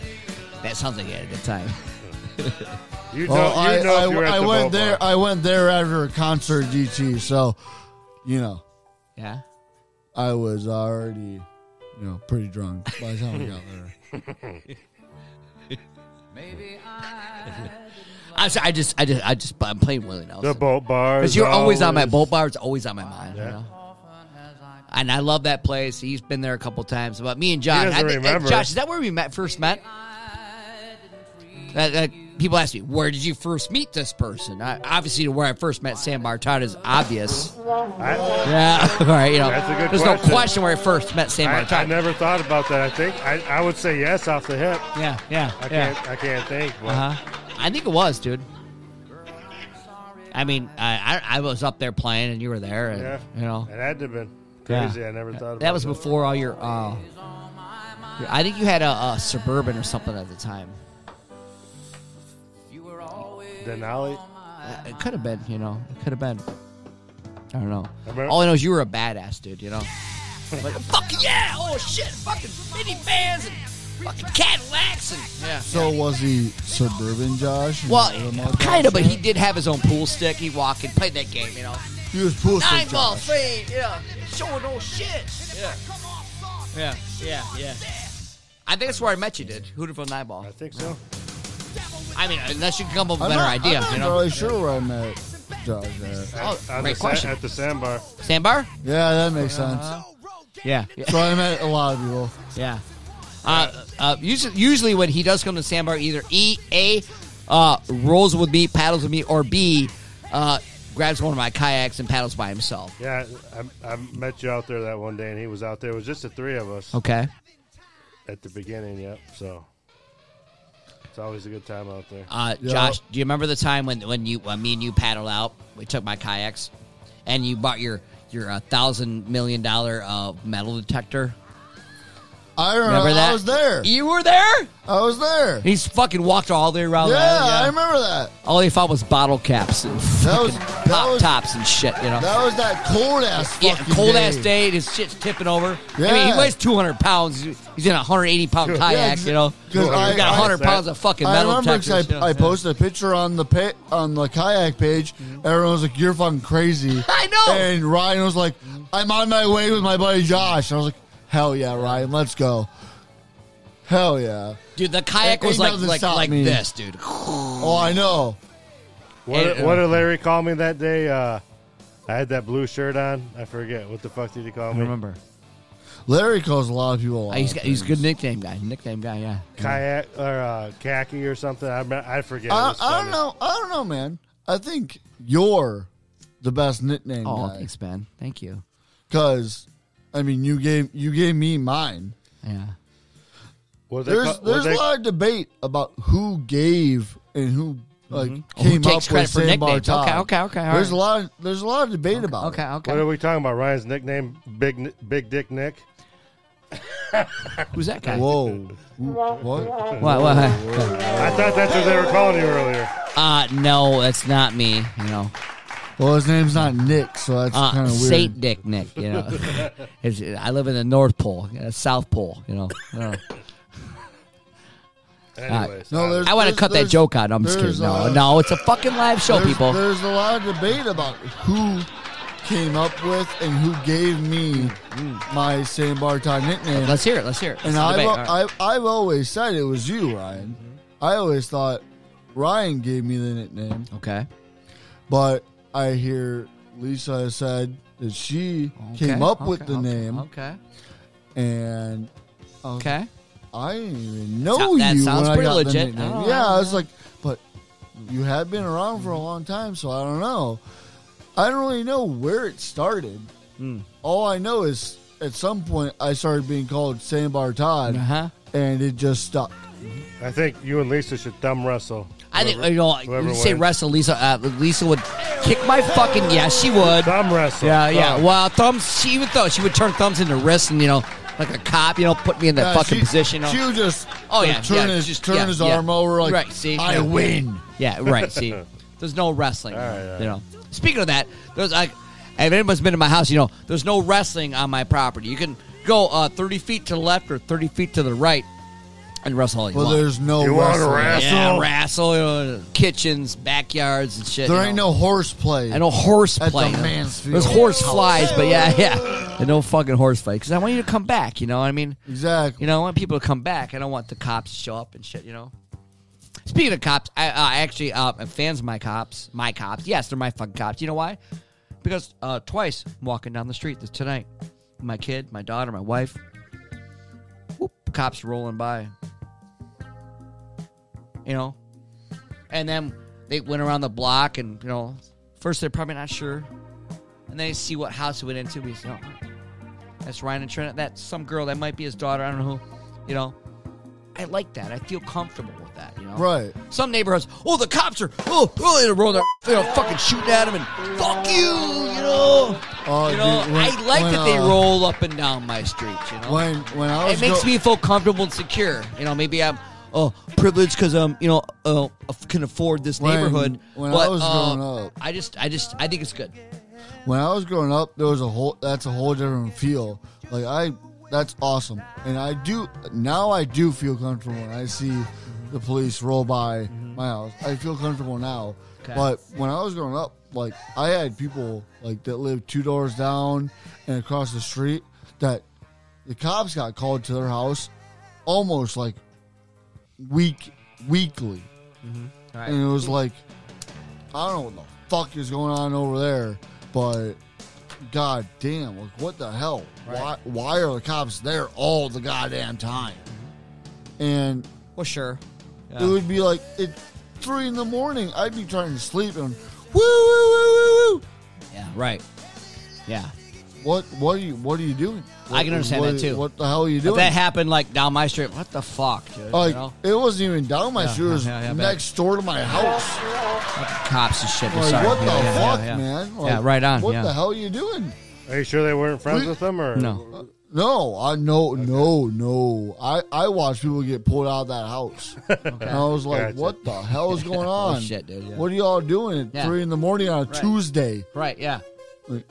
That sounds like you had a good time.
You know,
Well,
you know if
I,
you're
I,
at
I
the
went
went
there. I went there after a concert, GT. So, you know,
Yeah.
I was already, you know, pretty drunk by the time we got there.
I, I just, I just, I just, I'm playing Willie Nelson.
The boat bar.
uh, Because
is
you're always, on my
always-
boat bar. It's always on my mind. You
Yeah.
know? And I love that place. He's been there a couple times. But me and Josh,
doesn't
I think, uh,
remember.
Josh, is that where we met first met? That, that- people ask me, where did you first meet this person? I, obviously, where I first met Sam Martad is obvious.
I-
Yeah, all right. You know,
That's a good
there's
question.
no question where I first met Sam
I, I
Martad.
never thought about that. I think I, I would say yes off the hip.
yeah, yeah,
I
yeah.
can't I can't think. But
Uh-huh. I think it was, dude. I mean, I, I I was up there playing, and you were there, and
yeah,
you know,
it had to have been
Yeah.
crazy. I never thought about
that was before all your. Uh, your- I think you had a, a suburban or something at the time.
Denali.
Uh, It could have been, you know, it could have been. I don't know.
Remember-
All I know is you were a badass, dude. You know, like fuck yeah, oh shit, fucking minivans and fucking Cadillacs and yeah.
So was he suburban, Josh?
Well,
Was he a motherfucker?
kind of, but he did have his own pool stick. He walked and played that game, you know.
He was pool
Nine
stick
ball
Josh.
fade, yeah. Showing no shit. Yeah. Yeah, yeah, yeah. I think that's where I met you, dude. Hooterville Nine Ball.
I think so.
I mean, unless you can come up with
I'm
a better
not,
idea,
I'm not
you know.
really sure where I met Josh. At.
Oh,
At
great
the,
question.
Sa- at the sandbar.
Sandbar?
Yeah, that makes sense.
Uh-huh.
Yeah, yeah,
So I met a lot of people.
yeah. Uh, uh, usually, usually when he does come to Sandbar, either E A uh, rolls with me, paddles with me, or B uh, grabs one of my kayaks and paddles by himself.
Yeah, I, I met you out there that one day, and he was out there. It was just the three of us
Okay.
at the beginning. Yep. So it's always a good time out there.
Uh,
Yeah.
Josh, do you remember the time when when you when me and you paddled out? We took my kayaks, and you bought your your uh, thousand million dollar uh, metal detector.
I remember,
Remember that?
I was there.
You were there.
I was there.
He's fucking walked all the way around.
yeah,
the island,
I remember that.
All he found was bottle caps and
That was that
pop
was,
tops and shit. You know.
that was that cold ass
yeah,
fucking
cold
day.
ass day. and His shit's tipping over. I mean,
Yeah.
he weighs two hundred pounds. He's in a hundred eighty pound kayak.
ex-
you know,
'cause I-
you got
I-
hundred pounds of fucking
I
metal
remember
detectors.
because
you know.
I, I posted a picture on the pa- on the kayak page. Everyone was like, "You're fucking crazy."
Mm-hmm. I know. Mm-hmm.
And Ryan was like, "I'm on my way with my buddy Josh." And I was like, "Hell yeah, Ryan, let's go." Hell yeah!
dude. The kayak
Ain't
was like
nothing
like
stop
like
me.
this, dude.
Oh, I know.
what,
and-
what did Larry call me that day? Uh, I had that blue shirt on. I forget what the fuck did he call me?
remember.
Larry calls a lot of people. A lot
Ah, he's,
of
got, he's a
things.
good nickname guy. Nickname guy, yeah.
Kayak or uh, khaki or something. I, me- I forget. It
I,
was
Uh, I
funny.
don't know. I don't know, man. I think you're the best nickname
Oh,
guy
thanks, man. Thank you.
because, I mean, you gave you gave me mine.
Yeah.
What did they
There's
call- what
there's
did
a
they-
lot of debate about who gave and who like
Mm-hmm. Oh, Who
came
takes
up with
credit for
Sandbar
nicknames?
Todd.
Okay, okay, okay, all
There's
right.
a lot. Of, there's a lot of debate about.
Okay,
it.
okay.
What are we talking about? Ryan's nickname, Big Ni- Big Dick Nick.
Who's that guy?
Whoa. Who- What?
What, what, huh?
I thought that's what they were calling you earlier.
Uh, no, that's not me. You know,
Well, his name's not Nick, so that's
uh,
kind of weird.
Saint Dick Nick. You know, It's- I live in the North Pole, uh, South Pole. You know, I don't know. Uh,
Anyways,
No, there's.
I want to
there's-
cut that
there's-
joke out. I'm just
there's,
kidding. No,
uh,
no, it's a fucking live show,
there's,
people.
There's a lot of debate about who came up with and who gave me
Mm-hmm.
my Sandbar Todd nickname.
Let's hear it. Let's hear it.
And
Let's
I've,
debate. All right. Mm-hmm.
I've, I've always said it was you, Ryan. I always thought Ryan gave me the nickname,
Okay.
but I hear Lisa has said that she came up with the name,
Okay.
and I, was
Okay.
like, I didn't even know
So-
you.
that sounds
when
pretty
I got the
legit.
nickname."
Oh,
yeah, I was like, but you have been around for a long time, so I don't know. I don't really know where it started.
Hmm.
All I know is at some point I started being called Sandbar Todd,
Uh-huh.
and it just stuck.
I think you and Lisa should thumb wrestle.
I think
Whoever-
you know.
whoever
You say
wins.
wrestle, Lisa. Uh, Lisa would kick my fucking. Yes, she would.
Thumb wrestle.
Yeah, yeah.
Thumb.
Well, thumbs. She would though. She would turn thumbs into wrists, and you know, like a cop. You know, put me in that
Yeah,
fucking
she-
position. you know.
She would just
Oh,
like,
yeah,
turn
yeah,
his
just-
turn
yeah,
his
yeah.
arm over like
Right, see,
I
yeah.
win.
Yeah, right. See, there's no wrestling.
right.
You know. Speaking of that, there's like, if anyone's been in my house, you know, there's no wrestling on my property. You can go uh, 30 feet to the left or 30 feet to the right and wrestle all you
Well,
want.
there's no
You wanna
wrestling.
wrestle?
yeah, wrestle you know, kitchens, backyards, and shit.
There
you
ain't
know.
no horseplay.
I know horse
At the
play.
Mansfield
There's horse
House.
flies, but yeah, yeah. And no fucking horse fight. Because I want you to come back, you know what I mean?
Exactly.
You know, I want people to come back. I don't want the cops to show up and shit, you know? Speaking of cops, I uh, actually, uh, I'm fans of my cops, my cops, yes, they're my fucking cops. You know why? Because uh, twice I'm walking down the street this tonight, my kid, my daughter, my wife, whoop, cops rolling by. You know? And then they went around the block and, you know, first they're probably not sure. And they see what house it went into. We say, oh, that's Ryan and Trent. That's some girl. That might be his daughter. I don't know who. You know, I like that. I feel comfortable with that. You know,
Right.
Some neighborhoods. Oh, the cops are. Oh, oh they're rolling their. You know, fucking shooting at him and fuck you. You know.
Oh,
you know,
dude, when-
I like
when,
that they
uh,
roll up and down my streets. You know,
When when I was
it makes
go-
me feel comfortable and secure. You know, maybe I'm. Oh, privileged because um, you know, uh, can afford this
When-
neighborhood.
when I
but,
was
uh,
growing up-
I just, I just, I think it's good.
when I was growing up, there was a whole that's a whole different feel. Like I that's awesome. And I do now I do feel comfortable when I see the police roll by my house. I feel comfortable now.
Okay.
But when I was growing up, like I had people like that lived two doors down and across the street that the cops got called to their house almost like week weekly.
Alright.
And it was like I don't know what the fuck is going on over there, but god damn, like what the hell? Why why are the cops there all the goddamn time? And
Well, sure. Mm-hmm. Yeah.
it would be like it three in the morning, I'd be trying to sleep and woo woo woo woo woo
Yeah, right. Yeah.
What what are you what are you doing?
I can understand
What-
that, too.
What the hell are you
If
doing?
that happened like down my street, what the fuck, dude?
like
you know?
it wasn't even down my street, it was
yeah, yeah, I bet.
next door to my house.
Cops and shit.
Like,
sorry.
what the
Yeah, yeah, yeah,
fuck,
yeah.
man? Like,
yeah, right on.
What
yeah.
the hell are you doing?
Are you sure they weren't friends
We-
with them or
No.
No, I no no no. I I watched people get pulled out of that house, and I was like,
Gotcha. Oh,
"What the hell is going on?
shit, dude, yeah.
What are y'all doing at
Yeah.
three in the morning on a Tuesday?
Right, yeah.
It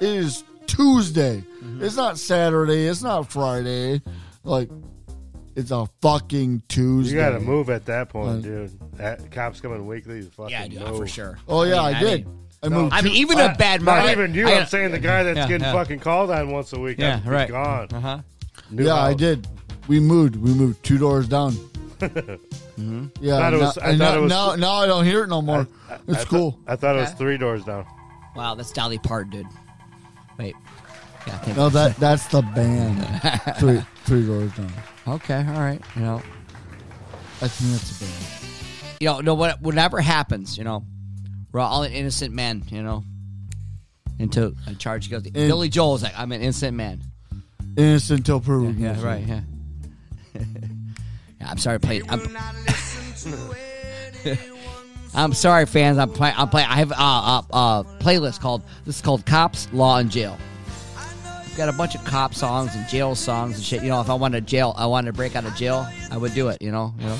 is Tuesday.
Mm-hmm.
It's not Saturday. It's not Friday. Like, it's a fucking Tuesday.
You got to move at that point,
Like-
dude. That cops coming weekly. Fucking
Uh, Yeah, dude,
move.
for sure.
Oh yeah, I,
mean,
did. I, moved.
I mean, even a bad
Not
murder.
even you.
I-
I'm saying the guy that's
Yeah,
getting
yeah.
fucking called on once a week.
Yeah,
I'm
right.
Gone.
Uh-huh.
New
yeah, I
house.
did. We moved. We moved two doors down. Yeah,
Mm-hmm. Thought it was-
now,
I thought
now-
it was-
now, now I don't hear it no more.
I-
it's
I thought-
cool.
I thought it was
Okay.
three doors down.
Wow, that's Dolly Parton, dude. Wait. Yeah, I think
No, that that's the band. three three doors down.
Okay, all right. You know.
I think that's the band.
You know, no what whatever happens, you know. We're all an innocent man, you know. Until a charge goes. Billy Joel's like, I'm an innocent man.
Innocent until proven
Yeah,
guilty.
right. Yeah. Yeah, I'm sorry, play. I'm, I'm sorry, fans. I'm playing. I'm playing. I have a uh, uh, uh, playlist called this is called Cops, Law, and Jail. Got a bunch of cop songs and jail songs and shit. You know, if I wanted to jail, I wanted to break out of jail, I would do it. You know, you know,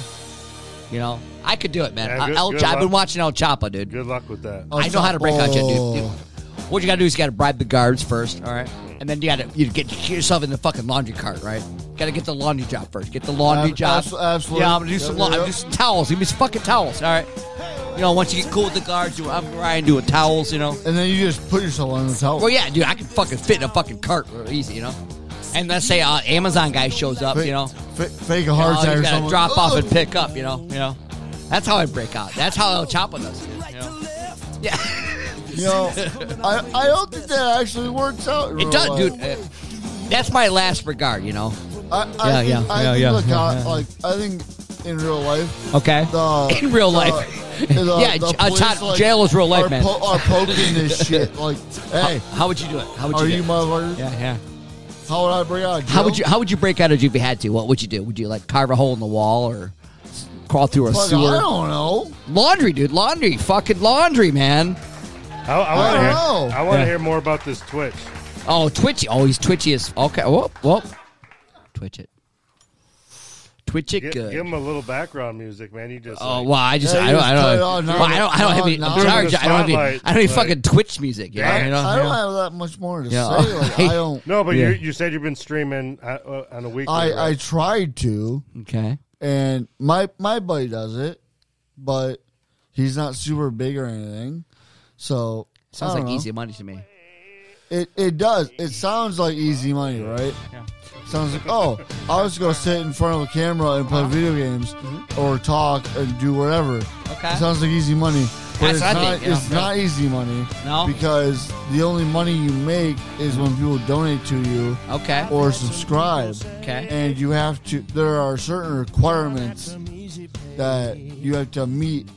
you know, I could do it, man. Uh,
Yeah, good-
El,
good
I've been
luck.
watching El Chapo, dude.
Good luck with that.
I know how to break out shit, dude.
Oh.
What you gotta do is you gotta bribe the guards first, all right, and then you gotta you get get yourself in the fucking laundry cart, right? Gotta get the laundry job first. Get the laundry
Ab-
job.
abso- absolutely.
Yeah, I'm gonna do
Yep,
some.
yep,
lau- I'm
yep.
gonna do some towels. Give me some fucking towels, all right. You know, once you get cool with the guards, you, I'm Ryan doing towels. You know.
And then you just put yourself on the towel.
Well, yeah, dude, I can fucking fit in a fucking cart real easy, you know. And let's say uh, Amazon guy shows up,
fake,
you know.
fa- fake a heart
Oh,
attack
he's
or
gotta
something.
drop off
Oh.
and pick up, you know. You know. That's how I break out. That's how El Chapo does. it. Yeah,
You know, I, I don't think that actually works out. in
it
real
does,
life.
dude. Uh, That's my last regard, you know.
I, I
Yeah,
think,
yeah,
I
yeah,
think
yeah,
look,
yeah,
I-
yeah.
like I think in real life,
Okay.
the
In real
the-
life.
the- the
Yeah, j- uh,
police,
Todd, jail is real life,
are
man.
Po- are poking this shit. Like, hey,
How would you do it? How would you?
are
do
you
it?
motherfucker?
yeah, yeah.
How would I bring out?
How would you?
jail?
How would you break out if you had to? What would you do? Would you like carve a hole in the wall or s- crawl through a
Fuck, I
sewer?
don't know.
Laundry, dude. Laundry. Fucking laundry, man.
I, I want to
don't
hear.
know.
I want to
Yeah.
hear more about this Twitch.
Oh, twitchy. Oh, he's twitchy as. Okay. Whoop, whoop. Twitch it. Twitch it
Give,
good.
give him a little background music, man. You just.
Oh
like,
well, I just
Yeah,
I
you
don't
just
I don't,
cut
have,
it off. Now
well, I don't I don't
we're-
have any
now
I'm
we're in
charged.
the
I don't have any I
spotlight,
don't have any
like-
fucking Twitch music. You know?
Yeah.
I don't,
I
you
don't
know?
have that much more to
Uh-huh. Yeah.
say. Like, I don't.
No, but
Yeah.
you you said you've been streaming uh, uh, on a weekly.
I I
right?
tried to,
Okay.
and my my buddy does it, but he's not super big or anything. So I
Sounds
don't
like
know.
easy money to me.
It it does. It sounds like easy money, right? Yeah. Sounds like oh, I'll just go sit in front of a camera and play
Uh-huh.
video games or talk and do whatever.
Mm-hmm. Okay.
It sounds like easy money. But
That's
it's
what I
not
think, yeah.
it's not easy money.
No?
Because the only money you make is when people donate to you
Okay.
or subscribe.
Okay.
And you have to there are certain requirements that you have to meet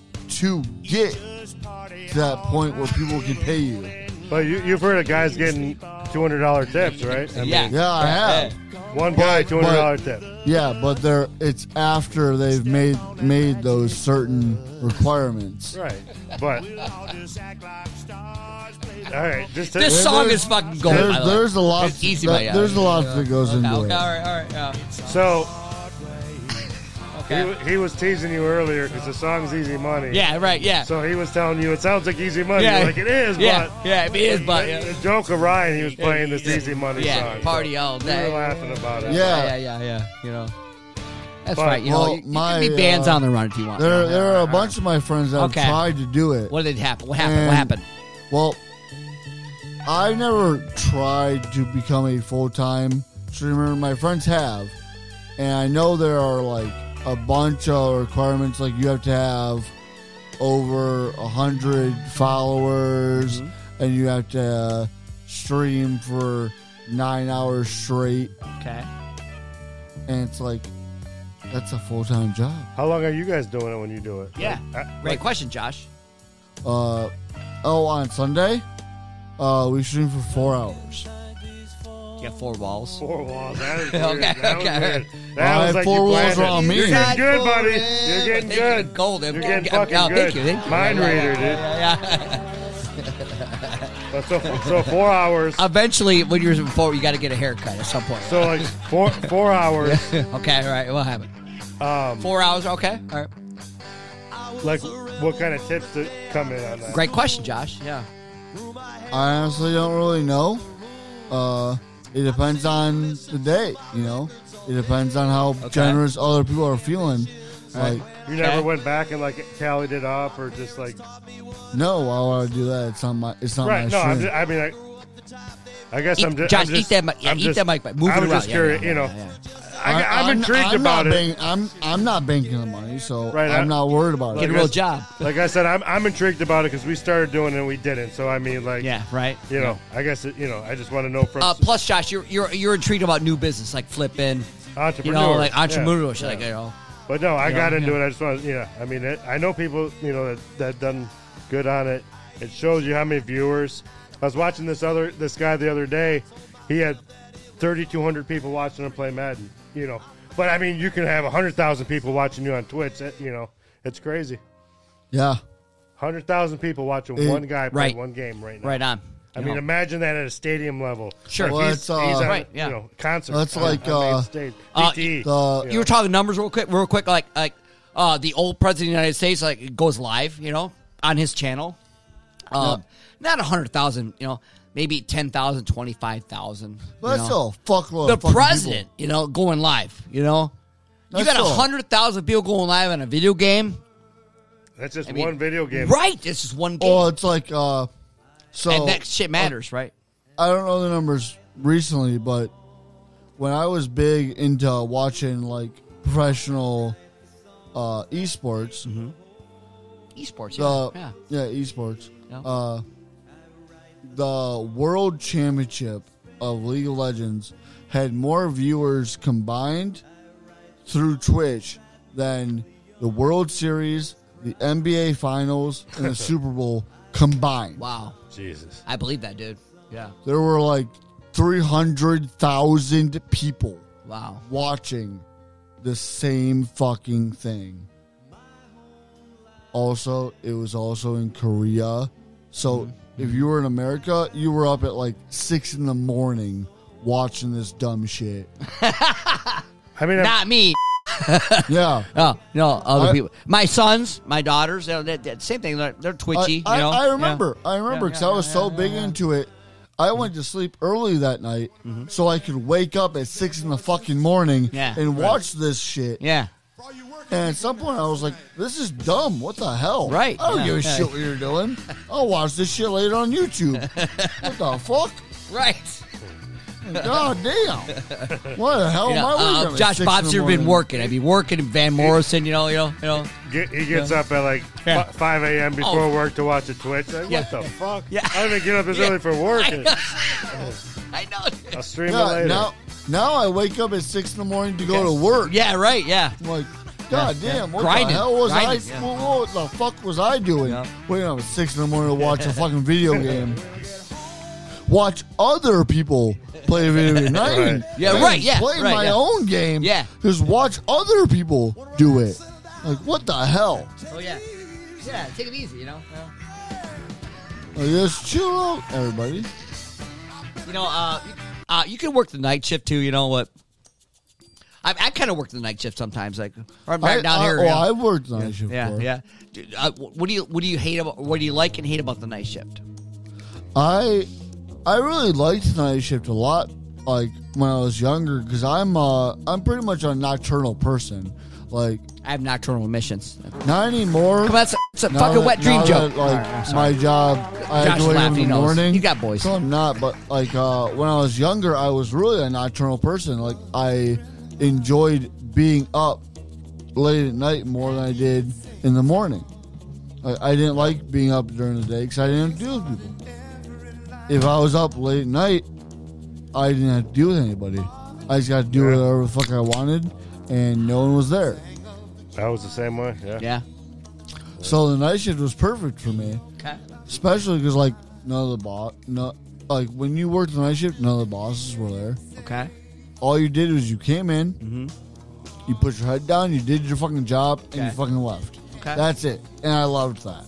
to get to that point where people can pay you.
But you, you've heard of guys getting two hundred dollar tips, right? I mean,
yeah.
Yeah, I have.
One guy, two hundred dollar tip.
Yeah, but they're it's after they've made made those certain requirements.
Right. But. All right. Just to,
This song
there's-
is fucking gold. by
There's,
the way.
there's a lot.
It's easy
that-
money.
there's a lot that goes
Okay,
into
okay, all
it.
right, all right, yeah.
so he,
Okay.
wa- he was teasing you earlier because the song's "Easy Money."
Yeah, right, yeah.
So he was telling you it sounds like easy money.
yeah.
You're like it is,
yeah,
but
yeah, it is, but yeah.
the joke of Ryan, he was playing this easy money
Yeah,
song.
party all
We were
day.
laughing about it.
yeah,
Yeah.
yeah, yeah. You know, that's
But-
right. You know,
Well,
you, you can
my,
be bands
uh,
on the run if you want.
There there are a bunch of my friends that
Okay.
have tried to do it.
What did happen? What happened?
And-
What happened?
Well, I never tried to become a full time streamer. My friends have, and I know there are like a bunch of requirements. Like you have to have over a hundred followers, and you have to stream for nine hours straight.
Okay.
And it's like that's a full time job.
How long are you guys doing it when you do it?
Yeah.
Like, I-
Great question, Josh.
Uh, oh, on Sunday, uh, we stream for four hours.
You got four walls.
Four walls. That is
Okay,
weird. That was
okay.
weird.
All
That
right,
was like
four
you
walls um,
planned
are
it.
on me.
You're getting good,
Not
buddy.
golden,
You're getting
but they're
good.
Golden.
You're getting
Yeah,
fucking
Thank
good.
you. Thank you.
Mind
Yeah, yeah,
reader, dude.
yeah, yeah, yeah.
So, so four hours.
Eventually, when you're before, you got to get a haircut at some point.
So like four four hours.
okay, all right. What happened?
Um,
Four hours. Okay. All right.
like what kind of tips to come in on that?
Great question, Josh. Yeah.
I honestly don't really know. Uh, it depends on the day, you know. It depends on how generous other people are feeling. Like,
You never
Okay.
went back and like tallied it up or just like
no, why would I do that? It's not my. It's not
right?
my
No, I'm
stream.
just, I mean, I, I guess
Oh, Eat-
I'm just.
Josh,
I'm just
eat that mic- yeah,
I'm
eat
just-
that mic, but move
I
it
was
around.
just
Yeah,
curious,
yeah,
you know.
yeah, yeah.
I, I'm, intrigued
I'm
about
not
it.
bank- I'm I'm not banking the money, so
Right,
I'm
I-
not worried about
Get
it.
a
Like
real
I-
job.
Like I said, I'm I'm intrigued about it because we started doing it and we didn't. So I mean, like,
Yeah. Right.
you know, I guess it, you know, I just want to know from
Uh, plus, Josh, you're you're you're intrigued about new business like flipping,
entrepreneurs,
you know, like
Yeah.
entrepreneurship,
Yeah.
like you know.
But no, I
Yeah,
got into
yeah.
it. I just want, to, yeah. I mean, it, I know people, you know, that that done good on it. It shows you how many viewers. I was watching this other this guy the other day. He had thirty two hundred people watching him play Madden. You know, but I mean, you can have hundred thousand people watching you on Twitch. It, you know, it's crazy.
Yeah,
Hundred thousand people watching
Eh,
one guy play
right.
one game right now.
Right on.
I
You
mean,
know.
imagine that at a stadium level.
Sure.
Well,
he's,
it's, uh,
he's on,
Right, yeah.
you know, concert.
That's
on-
like,
on main
uh,
stage. E.
uh,
DTE,
the-
you
you
know.
were talking numbers real quick, real quick, like like uh, the old president of the United States like it goes live, you know, on his channel. Um, Not a hundred thousand, you know, maybe 10,000, 25,000.
but
you
that's
know.
still a fuckload.
The
of fucking people.
president, you know, going live, you know. you
That's
got a
still-
hundred thousand people going live on a video game,
that's just
I mean,
one video game.
right? This is one game,
Oh, Uh, it's like uh, so
and that shit matters, right?
I don't know the numbers recently, but when I was big into watching like professional uh, esports,
Esports. Yeah.
the
Mm-hmm. yeah.
yeah, esports.
Yeah.
Uh, the World Championship of League of Legends had more viewers combined through Twitch than the World Series, the NBA Finals, and the Super Bowl combined.
Wow.
Jesus.
I believe that, dude. Yeah.
There were like three hundred thousand people
Wow.
watching the same fucking thing. Also, it was also in Korea. So
Mm-hmm.
if you were in America, you were up at like six in the morning watching this dumb shit.
I mean, I'm,
Not me.
yeah.
No, Oh, no, other
I-
people. My sons, my daughters, they're, they they- same thing. They're, they're
I,
twitchy.
I-
you know?
I remember. I remember
Yeah,
because
yeah,
I was
yeah,
so
yeah,
big into it. I went to sleep early that night so I could wake up at six in the fucking morning
Mm-hmm. Yeah.
and watch this shit.
Yeah.
And at some point, I was like, "This is dumb. What the hell?
Right.
I don't
Yeah.
give a
Yeah.
shit what you're doing. I'll watch this shit later on YouTube. what the fuck?
yeah. Right.
God damn. What the hell
You
am
know,
I waking
uh,
up at
Josh
six in the
Bob's here been
morning?
working. I've been working in Van Morrison, you know, you know, you know.
get, he gets up at like fi-
Yeah.
5 a.m. before
Oh.
work to watch a Twitch. Like,
Yeah.
What the fuck?
Yeah.
I don't even get up as early for work. and
I know.
I'll stream it
Yeah,
later.
now, now I wake up at six in the morning to go to work.
Yeah, right, yeah.
I'm like, God
Yeah, yeah.
damn. What
Grinding,
the hell was
grinding,
I?
yeah.
What, what the fuck was I doing?
Yeah.
Waking up at six in the morning to watch a fucking video game. Watch other people play a video game. Not even-
Right.
Yeah,
not
right,
even
yeah,
Play
right,
my
yeah.
own game.
Yeah.
Just watch other people do it. Like, what the hell?
Oh yeah. Yeah, take it easy, you know. Yeah.
Like, just chill out, everybody.
You know, uh, uh, you can work the night shift too. You know what? I, I kind of work the night shift sometimes. Like, or I'm back
I,
down
I,
here.
Oh,
you know.
I've worked night shift
yeah,
before.
yeah. Dude, uh, what do you what do you hate about what do you like and hate about the night shift?
I I really liked night shift a lot. Like when I was younger, because I'm uh I'm pretty much a nocturnal person. Like
I have nocturnal emissions. Come
not anymore.
on, that's, that's a
Now
fucking
that-
wet dream
now
joke.
that, like
All right, I'm sorry.
my job, I
Josh
had to wake up
laughed,
in
he
the
knows.
morning.
You got boys.
So I'm not, but like uh, when I was younger, I was really a nocturnal person. Like I enjoyed being up late at night more than I did in the morning. I, I didn't like being up during the day because I didn't have to deal with people. If I was up late at night, I didn't have to deal with anybody. I just got to do whatever the fuck I wanted, and no one was there.
I was the same way. Yeah.
Yeah.
So the night shift was perfect for me.
Okay.
Especially because like none of the boss, no, like when you worked the night shift, none of the bosses were there.
Okay.
All you did was you came in, you put your head down, you did your fucking job, and you
Mm-hmm. Okay.
fucking left.
Okay.
That's it, and I loved that.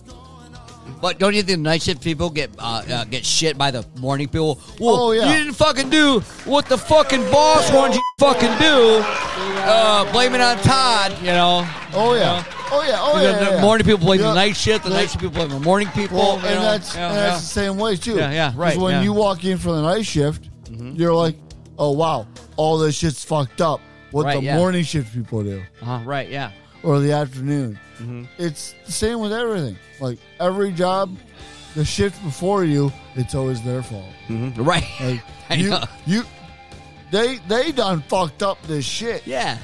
But don't you think night shift people get uh, uh, get shit by the morning people? Well,
Oh, yeah.
You didn't fucking do what the fucking boss wanted you to fucking do. Uh, blame it on Todd, you know.
Oh yeah, oh yeah, oh yeah.
Because
yeah,
the
yeah.
morning people blame the
Yeah.
night shift. The
Yeah.
night shift people blame the morning people.
Well,
you
and
know?
that's
Yeah,
and
yeah.
that's the same way too.
Yeah, yeah,
'Cause
right,
When
yeah. Mm-hmm.
you walk in for the night shift, you're like, oh wow, all this shit's fucked up. What
Right,
the
yeah.
morning shift people do.
Uh-huh, right. Yeah.
or the afternoon.
Mm-hmm.
It's the same with everything. Like every job, the shift before you, it's always their fault.
Right.
Like
I
you,
know.
you, they they done fucked up this shit.
Yeah.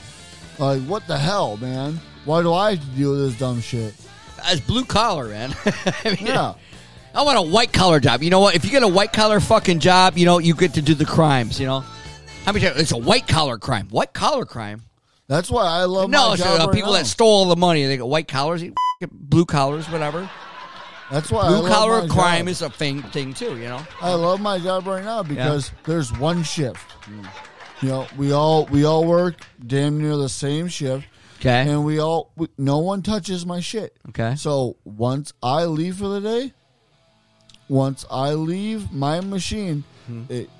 Like what the hell, man? Why do I have to deal with this dumb shit?
As blue collar, man. I mean,
Yeah,
I want a white collar job. You know what? If you get a white collar fucking job, you know you get to do the crimes. You know. How many times? It's a white collar crime. White collar crime.
that's why I love
No,
Oh, My
it's,
job
uh,
right
people
now.
that stole all the money. They got white collars, you get blue collars, whatever.
that's why Oh, I
Blue
love
collar
my
crime
job.
is a thing, thing too, you know.
I love my job right now because there's one shift. You know, we all we all work damn near the same shift.
Okay.
And we all we, no one touches my shit.
Okay.
So once I leave for the day, once I leave my machine,
Hmm.
it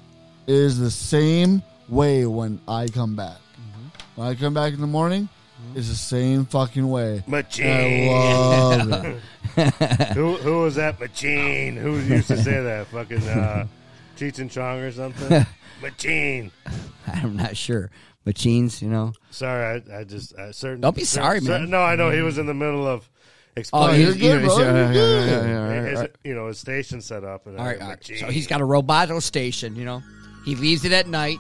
is the same way when I come back.
Mm-hmm.
When I come back in the morning,
Hmm.
it's the same fucking way. I
Machine.
love it.
Who who was that machine? Who used to say that? Fucking uh, Cheech and Chong or something. machine.
I'm not sure. Machines, you know.
Sorry, I, I just I certain.
Don't be sorry,
certain-
man. Oh,
No, I know he was in the middle of explaining.
you're good, bro. You're good.
his, you know his station set up. And
All right,
I-
all right. So
machine.
he's got a roboto station, you know. He leaves it at night.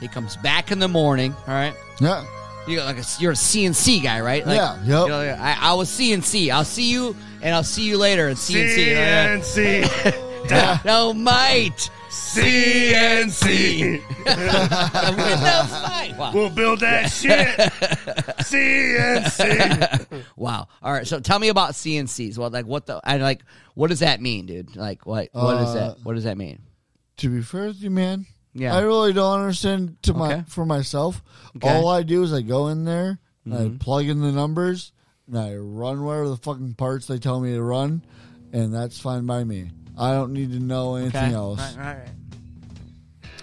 He comes back in the morning, all right?
Yeah.
You got like a, you're a CNC guy, right? Like,
Yeah, yep.
you know, like, I, I was CNC. I'll see you, and I'll see you later. And CNC. and
CNC.
no might.
CNC.
Dynamite. Wow.
We'll build that shit. CNC.
wow. All right. So tell me about CNCs. Well, like what the and like what does that mean, dude? Like what what is that? What does that mean?
to be fair with you, man,
Yeah.
I really don't understand to my
Okay.
for myself.
Okay. Mm-hmm.
All I do is I go in there, and I plug in the numbers, and I run where the fucking parts they tell me to run, and that's fine by me. I don't need to know anything else.
Right, right, right.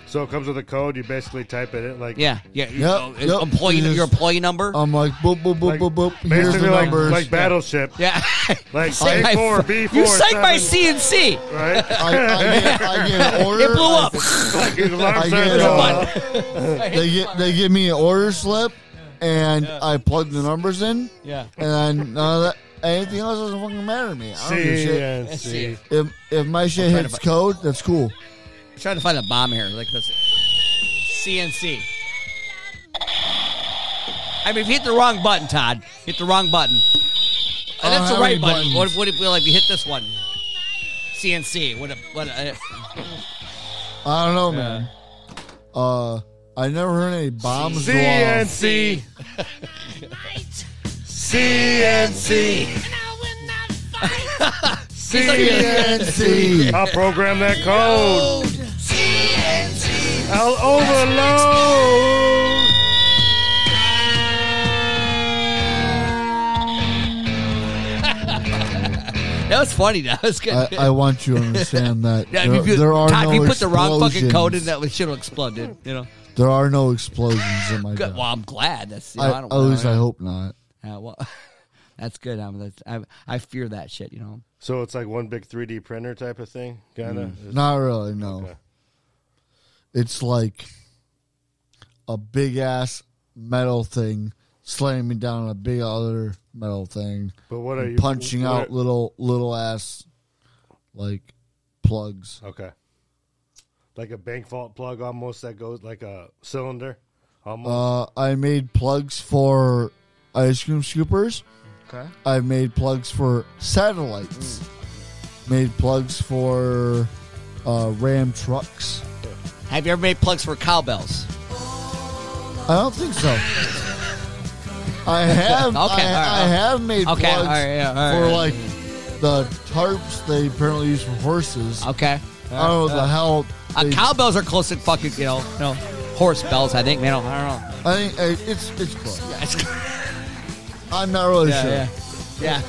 So it comes with a code. You basically type it in like
Yeah. Yeah. you-
Yep,
oh,
yep. um,
Employee
You
your
just-
employee number.
I'm like boop boop boop
like,
boop boop. Here's
basically
the
like,
numbers.
like battleship.
yeah.
Like
Psych my
A four,
fu-
B four.
You psyched my CNC.
right?
I, I, get, I get an order.
It blew up.
Like the alarm
I
starts
get,
going
uh,
off.
they get they give me an order slip, and I plug the numbers in,
Yeah.
and then none of that, anything else doesn't fucking matter to me. I don't give a shit.
CNC.
If if my shit
trying
hits
to-
code, that's cool.
I'm trying to find a bomb here. Like this. CNC. I mean, if you hit the wrong button, Todd, hit the wrong button. Uh,
I don't
that's the
have
right
any
button.
buttons.
What if, what if we like we hit this one? CNC. What? A, what? A, uh,
I don't know, man. Uh, I never heard any bombs go off.
CNC. CNC.
CNC.
I'll program that code. I'll overload.
that was funny. That was good.
I, I want you to understand that
Yeah,
there,
if you,
there are
Todd,
no
if you put the wrong fucking code in,
explosions.
that shit will explode, dude. You know.
There are no explosions in my.
Good.
job.
Well, I'm glad. That's. You know,
I,
I don't
at least
know.
I hope not.
Yeah, well, that's good. I'm, that's, I, I fear that shit. You know.
So it's like one big 3D printer type of thing, kind of.
Not really. No.
Okay.
It's like a big ass metal thing slamming down on a big other metal thing,
But what are you
punching
what
out
are-
little little ass like plugs.
okay, like a bank vault plug almost that goes like a cylinder, almost.
Uh, I made plugs for ice cream scoopers.
Okay.
I've made plugs for satellites.
Mm.
Made plugs for uh, Ram trucks.
Have you ever made plugs for cowbells?
I don't think so. I have.
Okay,
I,
all right,
I
all right.
have made
Okay, all
plugs
right, yeah, all
for
right.
like the tarps they apparently use for horses.
Okay.
I don't know the hell.
Uh,
they-
cowbells are close to fucking, you know, you know, horse bells, I think. Man, I
I think uh, it's it's close.
don't know.
I'm not really
Yeah,
sure.
yeah. yeah.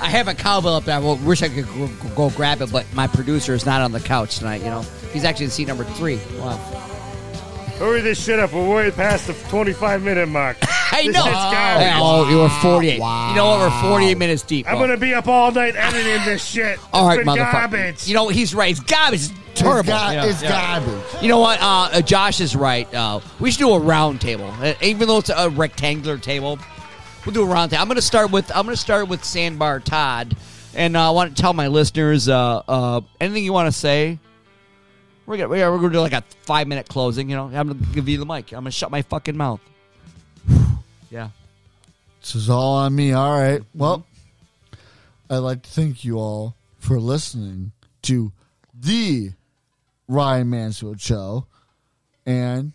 I have a cowbell up there. I will- wish I could go, go grab it, but my producer is not on the couch tonight, you know. He's actually in seat number three. Wow.
Hurry this shit up. We're way past the 25 minute mark.
I
This
know.
shit's garbage.
Yeah, oh, you were 48. You know what? We're 48 minutes deep.
I'm
bro.
gonna be up all night editing this shit.
All
It's
right,
been
motherfucker.
Garbage.
You know what? He's right. It's garbage. It's terrible.
It's, ga-
you know?
it's garbage.
You know what? Uh, uh, Josh is right. Uh, we should do a round table, uh, even though it's a rectangular table. We'll do a round table. I'm going to start with I'm going to start with Sandbar Todd, and uh, I want to tell my listeners uh, uh, anything you want to say. We're gonna, we're gonna do like a five minute closing. You know, I'm gonna give you the mic. I'm gonna shut my fucking mouth. yeah.
This is all on me. All right.
Mm-hmm.
Well, I'd like to thank you all for listening to the Ryan Mansfield Show. And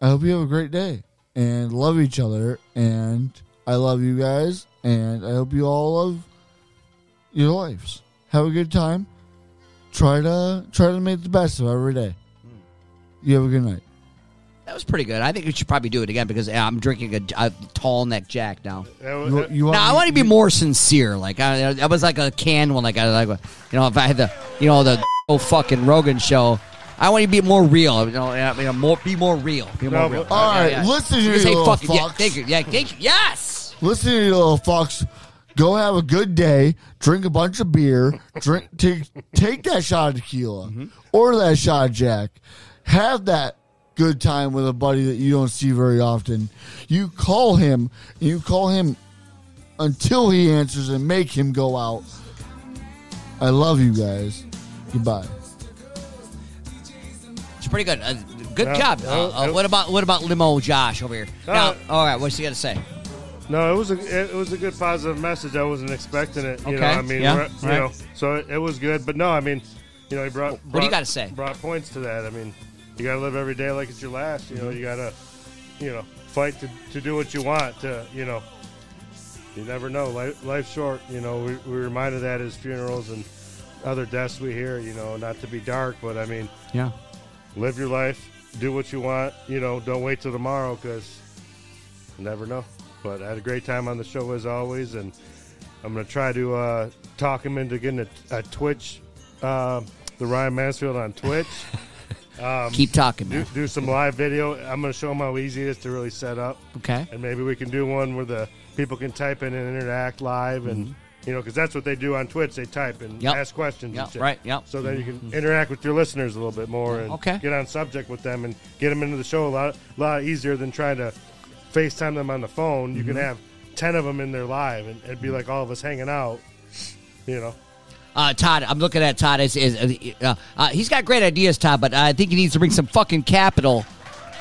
I hope you have a great day and love each other. And I love you guys. And I hope you all love your lives. Have a good time. Try to try to make the best of every day.
Mm.
You have a good night.
That was pretty good. I think we should probably do it again because uh, I'm drinking a, a tall neck Jack now.
That was-
You, you want
Now uh, I want to be more sincere. Like I, I was like a canned one. Like I like, you know, if I had the, you know, the oh fucking Rogan show, I want you to be more real. You know, yeah, you know, more be more real. Be more
No,
real.
but-
All right,
Yeah, yeah.
listen to
You
you,
can say
little
fucking yeah,
fucks.
thank you, yeah, thank you, yes.
Listen to you, little fox. Go have a good day. Drink a bunch of beer. Drink take take that shot of tequila or that shot of Jack. Have that good time with a buddy that you don't see very often. You call him. You call him until he answers and make him go out. I love you guys. Goodbye.
It's pretty good. Uh, Good
No,
job.
no,
uh, uh,
no.
what about what about limo Josh over here?
Uh,
now, all right, what's he got to say?
No, it was a it, it was a good positive message. I wasn't expecting it. You
Okay,
know, I mean,
yeah,
we're- you
right.
know, so it, it was good. But no, I mean, you know, he brought.
What do you
brought-
gotta say?
Brought points to that. I mean, you got to live every day like it's your last. You know,
Mm-hmm.
you got to, you know, fight to, to do what you want. To you know, you never know. Life, life's short. You know, we we reminded that as funerals and other deaths we hear. You know, not to be dark, but I mean,
Yeah.
live your life, do what you want. You know, don't wait till tomorrow because you never know. But I had a great time on the show as always, and I'm gonna try to uh, talk him into getting a, a Twitch, uh, the Ryan Mansfield on Twitch.
Keep talking,
do,
man.
do some live video. I'm gonna show him how easy it is to really set up,
Okay.
and maybe we can do one where the people can type in and interact live and. You know, because that's what they do on Twitch. They type and
Mm-hmm. Yep.
ask questions.
Yep,
and shit.
right, yep. Mm-hmm.
So then you can interact with your listeners a little bit more and
Okay.
get on subject with them and get them into the show a lot, lot easier than trying to FaceTime them on the phone. You can
Mm-hmm.
have ten of them in there live, and it'd be like all of us hanging out. You know,
Uh, Todd, I'm looking at Todd. Is is uh, uh, he's got great ideas, Todd, but I think he needs to bring some fucking capital.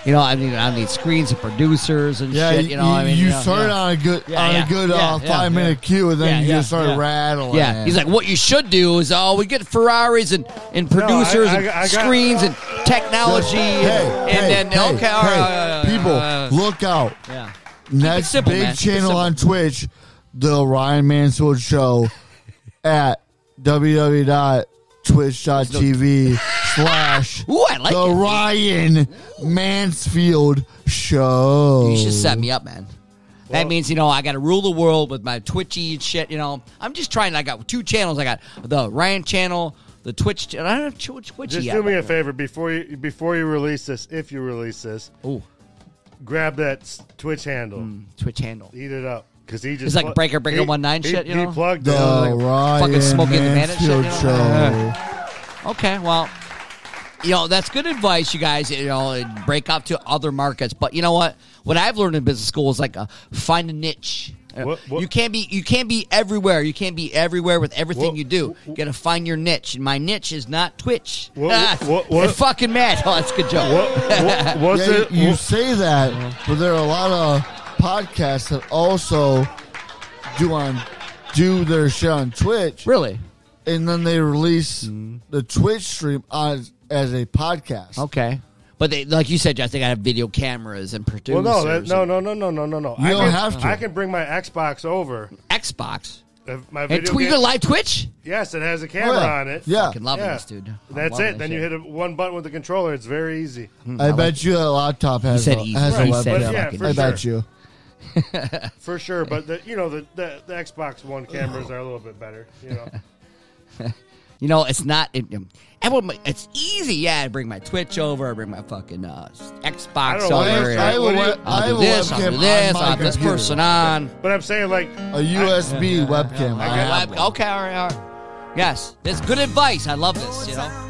You know, I mean, I need screens and producers and
Yeah,
shit.
you,
You know, I mean,
you
know,
started
yeah.
on a good
Yeah,
on
yeah,
a good
yeah,
uh,
yeah,
five minute cue, and then
Yeah,
you
yeah,
just started
yeah.
rattling.
Yeah, he's like, what you should do is, oh, we get Ferraris and, and
I-
producers
I-
and
I got-
screens and technology,
hey,
and, and
hey,
then
hey,
okay, all
hey,
right, uh,
people,
uh,
look out!
yeah,
Next
simple,
big
man. Keep it
channel
simple.
on Twitch, the Ryan Mansfield Show at www.twitch.tv slash
Ooh, I like
the
it.
Ryan Mansfield Show.
you should
Oh.
set me up, man. that means you know I got to rule the world with my Twitchy and shit. You know, I'm just trying. I got two channels. I got the Ryan channel, the Twitch. channel. I don't have Twi- Twitchy
just
yet.
do me a favor before you before you release this, if you release this,
Ooh,
grab that s- Twitch handle,
Twitch handle.
eat it up, because he just
It's like
plu-
Breaker Breaker
he-
1-9
he-
shit, you
he
know?
plugged
the
it.
Ryan
uh, fucking Smokey and the Bandit shit,
Mansfield
you know? Uh-huh.
Show.
Okay, well, you know that's good advice, you guys. You know, and break out to other markets. But you know what? What I've learned in business school is like uh, find a niche. Uh,
What- what-
You can't be you can't be everywhere. You can't be everywhere with everything
What-
you do. You gotta find your niche, and my niche is not Twitch.
What-
Ah,
what- what-
you're fucking mad. Oh, that's a good joke.
What, what, what's
yeah,
it?
you, you
what-
say that, but there are a lot of podcasts that also do on do their shit on Twitch,
Really?
and then they release the Twitch stream on as a podcast.
Okay. But they, like you said, Josh, they gotta have video cameras and
Well,
producers.
no, that, no, no, no, no, no, no, no.
You
I
don't
can,
have to.
I can bring my Xbox over.
Xbox
If My
and
video
tw- you
game-
can live Twitch.
yes, it has a
Oh,
camera
yeah.
on it.
Yeah,
Fucking loving
Yeah.
this, dude. I'm
That's
loving
it.
this
Then
shit.
you hit a, one button with the controller. It's very easy.
I, bet you that laptop has
said
a,
easy.
has a
He
web
said
cam.
Yeah, fucking
for
I bet
sure.
you.
For sure. But, the, you know, the, the, the Xbox One cameras are a little bit better, you know.
You know, it's not. It, um, everyone, it's easy. Yeah, I bring my Twitch over. I bring my fucking uh,
I
Xbox
don't know
over.
why
I have,
Sorry,
I have, a,
what do you-
web- I
I'll
have
do
a
this. I'll
webcam
do this.
on my
I'll have this
computer.
person on.
But I'm saying, like,
A USB webcam. I have
Web- okay, all right, all right. Yes, that's good advice. I love this. You know,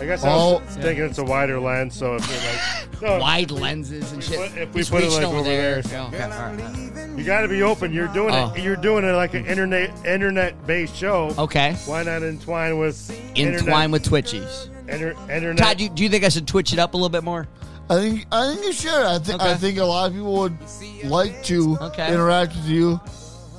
I guess
Oh.
I'm thinking it's a wider lens. So if you're like, no,
wide lenses and shit.
put- if we
He's
put it,
reaching
like, over there.
Yeah, okay, all right, all right.
you got to be open. You're doing
Oh.
it. You're doing it like an internet internet based show.
Okay.
Why not entwine with
Entwine with Twitchies.
with inter, internet?
Todd, do you, do you think I should twitch it up a little bit more?
I think I think you should. I think I
Okay.
think a lot of people would like to
Okay.
interact with you,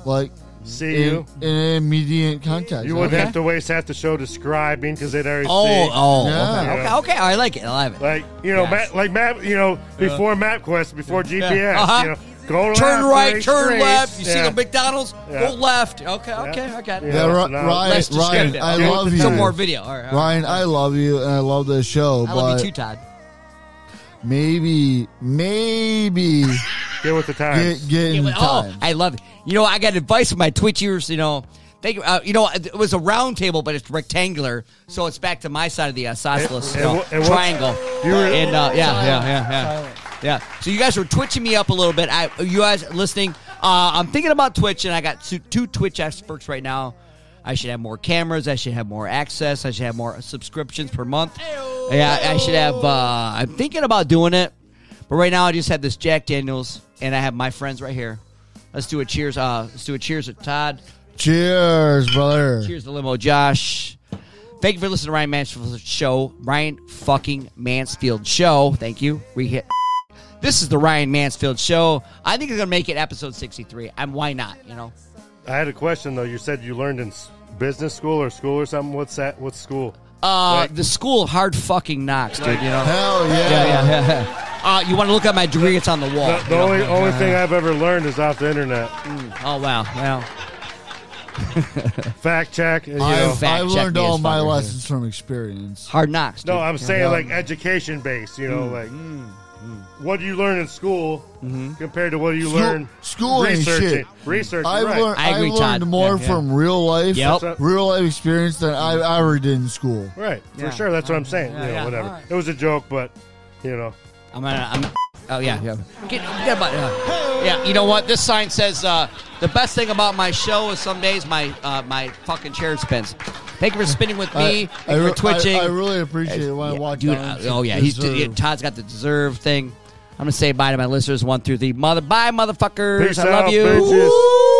like
see
in,
you.
in immediate contact.
You wouldn't
Okay.
have to waste half the show describing because they'd already
Oh,
see.
oh,
Yeah.
okay, okay,
Yeah.
okay. I like it. I love it.
Like you know,
Yes.
map, like map, you know, before MapQuest, before GPS,
Uh-huh.
you know, go left,
turn right,
make
turn
straight.
left. You see
Yeah.
the McDonald's?
Yeah.
Go left. Okay, okay, I got it.
Yeah,
Yeah, Ri-
so now-
Ryan,
Less
Ryan,
descriptive.
I
Okay.
love you.
Some more video. All right, all right.
Ryan, I love you and I love this show,
I
but
love you too, Todd.
maybe, maybe
Get with the times.
get, get
Yeah,
in
well,
time.
oh, I love it. You know, I got advice from my Twitchers. You know, they, uh, you know, it was a round table, but it's rectangular, so it's back to my side of the uh, isosceles
It-
you know,
it wa- it was-
triangle.
you were-
and uh, yeah, yeah, yeah, yeah, yeah. So you guys were twitching me up a little bit. I, you guys listening? Uh, I'm thinking about Twitch, and I got two, two Twitch experts right now. I should have more cameras. I should have more access. I should have more subscriptions per month. Yeah, I should have. Uh, I'm thinking about doing it, but right now I just have this Jack Daniels, and I have my friends right here. Let's do a cheers. Uh, let's do a cheers with Todd.
Cheers, brother.
Cheers to limo, Josh. Thank you for listening to Ryan Mansfield's show. Ryan fucking Mansfield show. Thank you. We hit. This is the Ryan Mansfield show. I think it's gonna make it episode sixty-three. I'm why not? You know.
I had a question though. You said you learned in s- business school or school or something. What's that? What's school?
Uh,
Right.
the school of hard fucking knocks, dude. You know.
Hell yeah.
Yeah, yeah, yeah, yeah. Uh, you want to look at my degree? It's on the wall. Uh,
The,
you
the
know?
only only thing I've ever learned is off the internet.
Oh wow, well,
Fact check. And, you know,
I've,
fact
I've
check
learned
me
all
as
my
fucker,
lessons from experience.
hard knocks. Dude.
no, I'm saying
Yeah.
like education based. You know, like what do you learn in school compared to what do you
School-
learn
school ain't
researching?
shit.
Researching.
I've
right.
learned,
I agree,
I've learned
Todd.
more
Yeah, yeah.
from real life,
Yep. Mm-hmm.
That's right.
real life experience than I ever did in school.
Right.
Yeah.
For sure. That's what I'm saying.
Yeah,
you know,
yeah.
whatever.
Alright.
It was a joke, but you know.
I'm gonna. I'm, oh yeah, yeah. Get, get about, uh, yeah, you know what? This sign says uh, the best thing about my show is some days my uh, my fucking chair spins. Thank you for spinning with me. Thank you
re-
for twitching.
I, really appreciate it when I
Yeah,
walk
dude,
down.
uh,
to
oh yeah, he's,
deserve.
yeah, Todd's got the deserve thing. I'm gonna say bye to my listeners one through three. Mother, bye, motherfuckers.
Peace
I love
out,
you.
bitches.